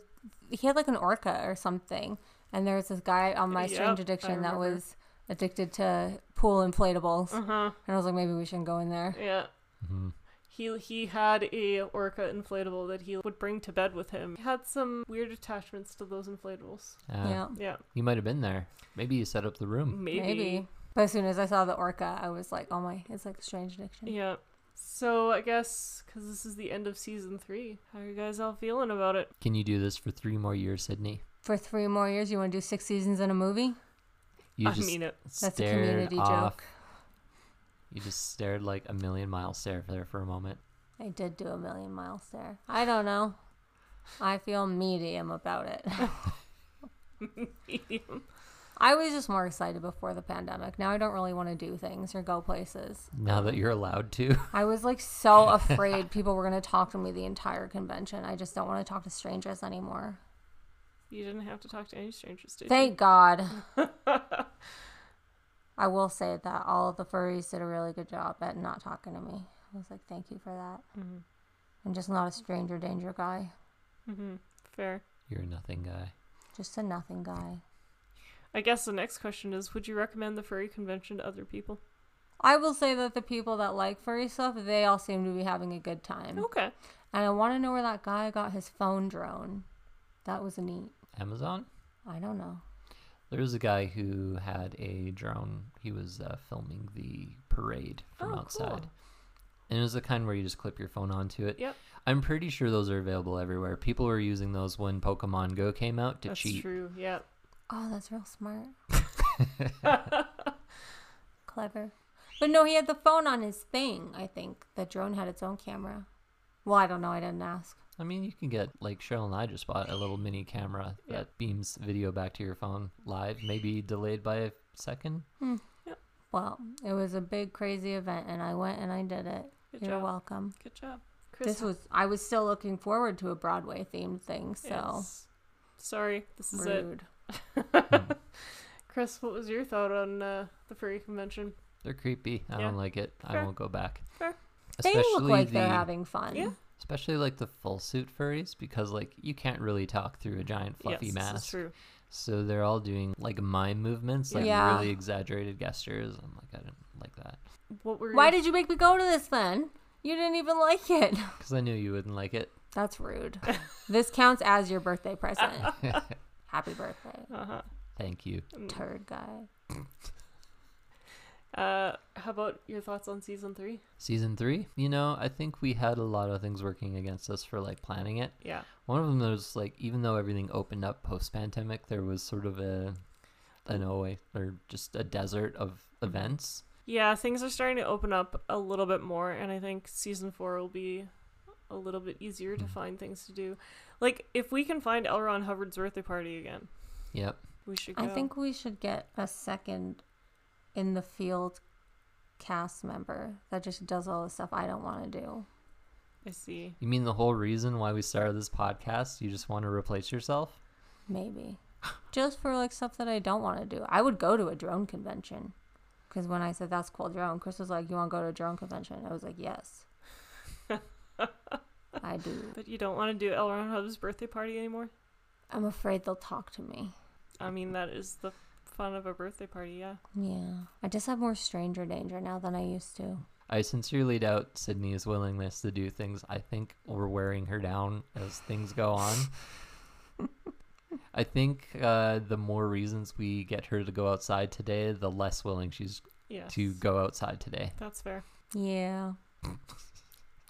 C: He had like an orca or something, and there was this guy on my
B: Yep,
C: strange
B: I
C: addiction that
B: remember.
C: was addicted to pool inflatables,
B: Uh huh.
C: and I was like, maybe we shouldn't go in there.
B: Yeah.
A: hmm
B: He he had a orca inflatable that he would bring to bed with him. He had some weird attachments to those inflatables.
A: Uh,
C: yeah,
B: Yeah,
A: You might have been there. Maybe you set up the room.
B: maybe.
C: maybe. But as soon as I saw the orca, I was like, oh my, it's like strange addiction.
B: Yeah. So I guess because this is the end of season three, how are you guys all feeling about it?
A: Can you do this for three more years, Sydney?
C: For three more years, you want to do six seasons in a movie?
A: You
B: I mean it.
C: That's a
A: stared
C: community
A: off.
C: joke.
A: You just stared like a million miles stare there for a moment.
C: I did do a million miles there. I don't know. I feel medium about it.
B: Medium.
C: I was just more excited before the pandemic. Now I don't really want to do things or go places.
A: Now that you're allowed to.
C: I was like so afraid people were going to talk to me the entire convention. I just don't want to talk to strangers anymore.
B: You didn't have to talk to any strangers, did
C: Thank God. I will say that all of the furries did a really good job at not talking to me. I was like, thank you for that. I'm just not a stranger danger guy,
B: you? hmm Fair.
A: You're a nothing guy.
C: just a nothing guy.
B: I guess the next question is: Would you recommend the furry convention to other people?
C: I will say that the people that like furry stuff, they all seem to be having a good time.
B: Okay.
C: And I want to know where that guy got his phone drone. That was neat.
A: Amazon?
C: I don't know.
A: There was a guy who had a drone. He was uh, filming the parade from
B: Oh,
A: outside.
B: cool.
A: And it was the kind where you just clip your phone onto it.
B: Yep.
A: I'm pretty sure those are available everywhere. People were using those when Pokemon Go came out to
B: That's
A: cheat.
B: true. Yeah.
C: Oh, that's real smart. Clever. But no, he had the phone on his thing, I think. The drone had its own camera. Well, I don't know. I didn't ask.
A: I mean, you can get, like Cheryl and I just bought a little mini camera
B: Yeah.
A: that beams video back to your phone live, maybe delayed by a second.
C: Well, it was a big, crazy event, and I went and I did it.
B: Good
C: You're
B: job.
C: welcome.
B: Good job, Chris.
C: This was, I was still looking forward to a Broadway themed thing, so
B: Yes. Sorry, this is it.
C: rude.
A: Hmm.
B: Chris, what was your thought on uh, the furry convention?
A: They're creepy. I
B: Yeah.
A: don't like it. I
B: Fair.
A: won't go back.
B: Fair.
C: They look like
A: the-
C: they're having fun.
B: Yeah.
A: especially like the full suit furries because like you can't really talk through a giant fluffy
B: yes, This is
A: mask
B: true.
A: so they're all doing like mime movements like
C: Yeah.
A: really exaggerated gestures i'm like i don't like that
B: What were
C: Why
B: your-
C: did you make me go to this then? You didn't even like it.
A: because i knew you wouldn't like it
C: That's rude. this counts as your birthday present. Happy birthday,
B: Uh-huh. Mm.
A: thank you
C: turd guy.
B: Uh, how about your thoughts on season three?
A: season three you know i think we had a lot of things working against us for like planning it
B: Yeah.
A: one of them was like even though everything opened up post-pandemic there was sort of a an OA or just a desert of events
B: Yeah, things are starting to open up a little bit more, and I think season four will be a little bit easier
A: Hmm.
B: to find things to do. Like, if we can find L. Ron Hubbard's birthday party again,
A: yep
B: we should go.
C: I think we should get a second in the field cast member that just does all the stuff I don't want to do.
B: I see.
A: you mean the whole reason why we started this podcast you just want to replace yourself
C: Maybe. just for like stuff that I don't want to do. I would go to a drone convention. Because when I said that's cool drone, Chris was like, You want to go to a drone convention? I was like, Yes. I do.
B: But you don't want to do L. Ron Hubbard's birthday party anymore?
C: I'm afraid they'll talk to me.
B: I mean, that is the fun of a birthday party, yeah.
C: Yeah. I just have more stranger danger now than I used to.
A: I sincerely doubt Sydney's willingness to do things. I think we're wearing her down as things go on. I think uh, the more reasons we get her to go outside today, the less willing she's
B: Yeah.
A: to go outside today.
B: That's fair.
C: Yeah.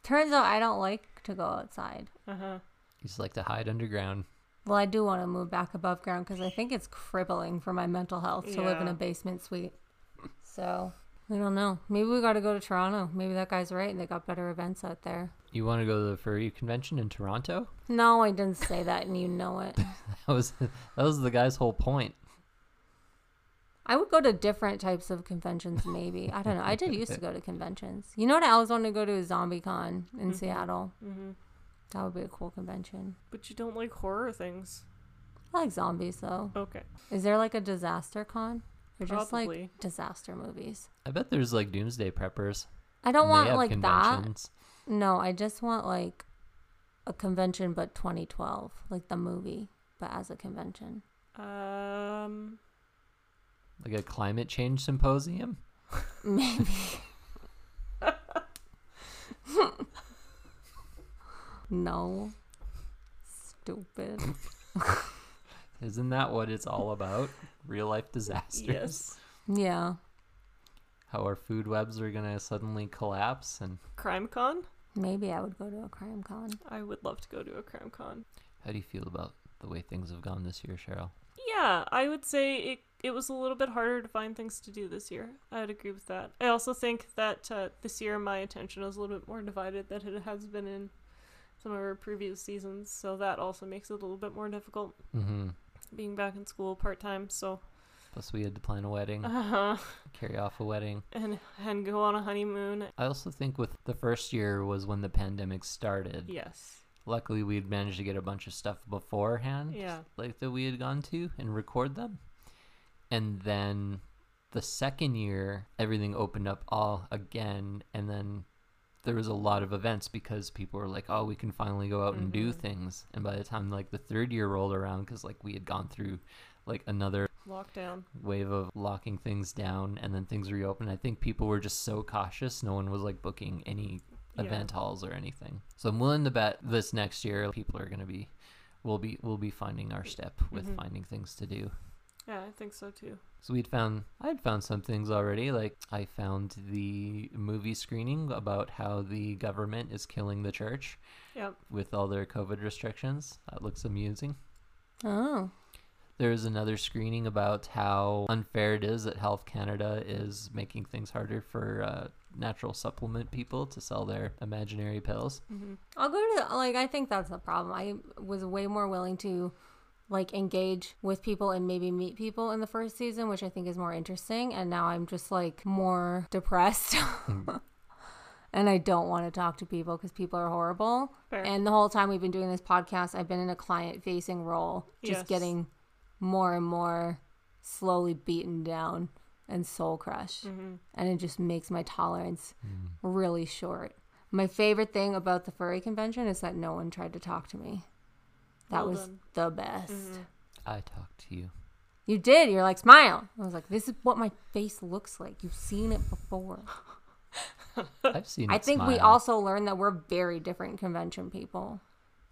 C: Turns out I don't like to go outside.
B: Uh huh.
A: You just like to hide underground.
C: Well, I do want to move back above ground because I think it's crippling for my mental health to live in
B: Yeah.
C: a basement suite. So I don't know. Maybe we got to go to Toronto. Maybe that guy's right and they got better events out there.
A: You want to go to the furry convention in Toronto?
C: No, I didn't say that, and you know it.
A: That was that was the guy's whole point.
C: I would go to different types of conventions, maybe. I don't know. I did used to go to conventions. You know what I always wanted to go to is ZombieCon in Seattle.
B: hmm
C: That would be a cool convention.
B: But you don't like horror things.
C: I like zombies though.
B: Okay.
C: Is there like a disaster con? Or just
B: Probably.
C: like disaster movies?
A: I bet there's like doomsday preppers.
C: I don't
A: and they
C: want
A: have
C: like that.
A: conventions.
C: No, I just want like a convention, but 2012, like the movie, but as a convention.
B: Um.
A: like a climate change symposium.
C: Maybe. no. Stupid.
A: Isn't that what it's all about? Real life disasters.
B: Yes.
C: Yeah.
A: How our food webs are gonna suddenly collapse and
B: Crime con.
C: Maybe I would go to a crime con.
B: I would love to go to a crime con.
A: how do you feel about the way things have gone this year, Cheryl?
B: Yeah, I would say it. It was a little bit harder to find things to do this year. I'd agree with that. I also think that uh, this year my attention was a little bit more divided than it has been in some of our previous seasons, so that also makes it a little bit more difficult
A: Mm-hmm.
B: being back in school part time. So,
A: Plus we had to plan a
C: Mm.
A: wedding,
C: Uh-huh.
B: uh,
A: carry off a wedding.
B: and and go on a honeymoon.
A: I also think with the first year was when the pandemic started.
B: Yes.
A: Luckily we'd managed to get a bunch of stuff beforehand.
B: Yeah.
A: like that we had gone to and record them. And then the second year, everything opened up all again. And then there was a lot of events because people were like, oh, we can finally go out and do things. And by the time like the third year rolled around, because like we had gone through like another
B: Lockdown.
A: wave of locking things down and then things reopened, I think people were just so cautious. No one was like booking any
B: Yeah.
A: event halls or anything. So I'm willing to bet this next year people are going to be we'll be we'll be finding our step with
B: Mhm.
A: finding things to do.
B: Yeah, I think so too.
A: So we'd found I'd found some things already like I found the movie screening about how the government is killing the church
B: Yep.
A: with all their covid restrictions. That looks amusing.
C: Oh.
A: There was another screening about how unfair it is that Health Canada is making things harder for uh, natural supplement people to sell their imaginary pills.
B: hmm
C: I'll go to like I think that's the problem. I was way more willing to like engage with people and maybe meet people in the first season, which I think is more interesting, and now I'm just like more depressed. and I don't want to talk to people cuz people are horrible.
B: Fair.
C: And the whole time we've been doing this podcast, I've been in a client-facing role, just
B: Yes.
C: getting more and more slowly beaten down and soul crushed
B: hmm
C: and it just makes my tolerance really short. My favorite thing about the furry convention is that no one tried to talk to me. That
B: Well
C: was
B: done. Mm-hmm.
C: the best.
A: I talked to you.
C: You did. You're like, smile. I was like, this is what my face looks like. You've seen it before.
A: I've seen.
C: I
A: it
C: think we
A: smile.
C: also learned that we're very different convention people.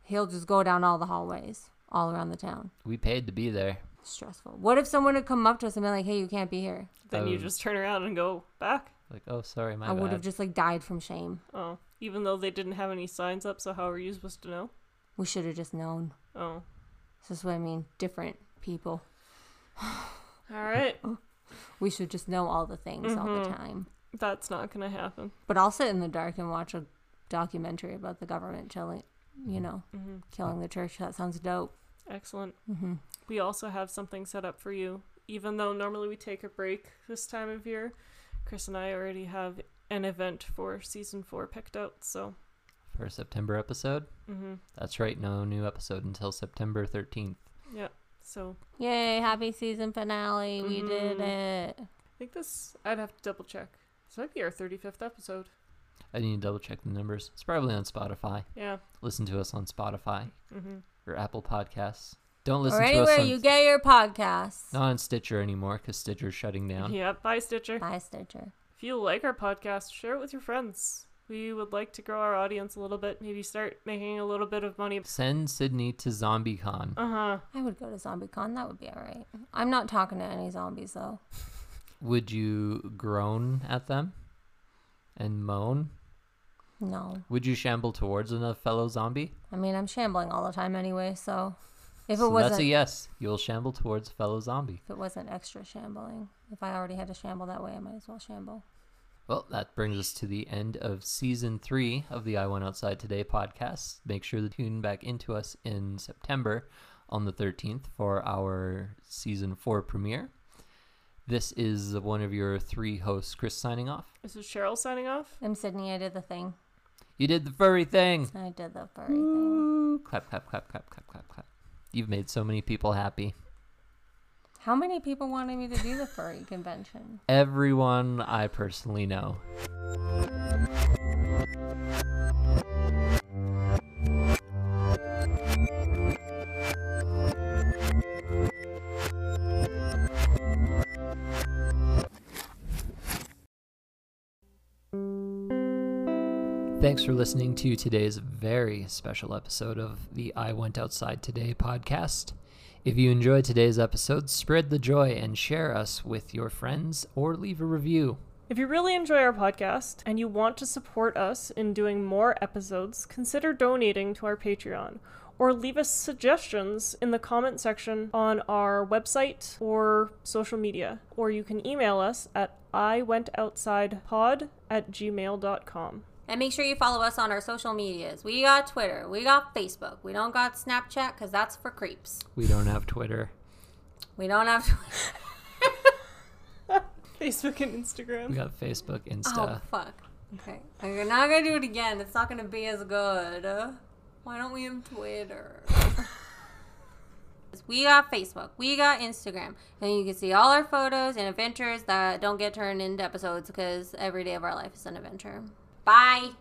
C: He'll just go down all the hallways, all around the town.
A: we paid to be there.
C: Stressful. What if someone had come up to us and been like, hey, you can't be here?
B: Then you
A: Oh.
B: just turn around and go back.
A: Like, oh, sorry, my
C: I would
A: bad.
C: have just like died from shame.
B: Oh, even though they didn't have any signs up, so how are you supposed to know?
C: We should have just known.
B: Oh,
C: This is what I mean. Different people.
B: all right.
C: We should just know all the things all the
B: Mhm.
C: time.
B: That's not gonna happen.
C: But I'll sit in the dark and watch a documentary about the government killing, you know,
B: hmm
C: killing the church. That sounds dope.
B: Excellent.
C: hmm
B: We also have something set up for you. Even though normally we take a break this time of year, Chris and I already have an event for season four picked out. So,
A: for a September episode.
B: hmm
A: That's right. No new episode until September thirteenth.
B: yeah. So
C: Yay! Happy season finale. We did it.
B: I think this. I'd have to double check. This might be our thirty fifth episode.
A: I need to double check the numbers. It's probably on Spotify.
B: Yeah.
A: Listen to us on Spotify
B: Mm-hmm.
A: or Apple Podcasts. Don't listen
C: Or
A: to us
C: anywhere
A: on,
C: you get your podcasts.
A: not on Stitcher anymore because Stitcher's shutting down.
B: Yeah. Bye, Stitcher.
C: Bye, Stitcher.
B: If you like our podcast, share it with your friends. We would like to grow our audience a little bit, maybe start making a little bit of money.
A: Send Sydney to ZombieCon.
B: Uh huh.
C: I would go to ZombieCon. That would be all right. I'm not talking to any zombies though.
A: Would you groan at them and moan?
C: No,
A: Would you shamble towards another fellow zombie?
C: I mean I'm shambling all the time anyway, so If it
A: So
C: wasn't,
A: that's a yes. You'll shamble towards a fellow zombie.
C: if it wasn't extra shambling, if I already had to shamble that way, I might as well shamble.
A: Well, that brings us to the end of season three of the I Went Outside Today podcast. Make sure to tune back into us in September on the 13th for our season four premiere. This is one of your three hosts, Chris, signing off.
B: This is Cheryl signing off.
C: I'm Sydney. I did the thing.
A: You did the furry thing.
C: I did the furry thing.
A: Ooh, clap, clap, clap, clap, clap, clap, clap. You've made so many people happy.
C: How many people wanted me to do the furry convention?
A: Everyone I personally know. Thanks for listening to today's very special episode of the I Went Outside Today podcast. If you enjoyed today's episode, spread the joy and share us with your friends or leave a review.
B: If you really enjoy our podcast and you want to support us in doing more episodes, consider donating to our Patreon or leave us suggestions in the comment section on our website or social media. Or you can email us at iwentoutsidepod at gmail.com.
C: And make sure you follow us on our social medias. We got Twitter. We got Facebook. We don't got Snapchat because that's for creeps.
A: We don't have Twitter.
C: We don't have.
B: Facebook and
A: We
B: Instagram.
A: got Facebook,
C: oh
A: Insta.
C: fuck. Okay, we're not gonna do it again. It's not gonna be as good. Why don't we have Twitter? we got Facebook. We got Instagram, and you can see all our photos and adventures that don't get turned into episodes because every day of our life is an adventure. Bye.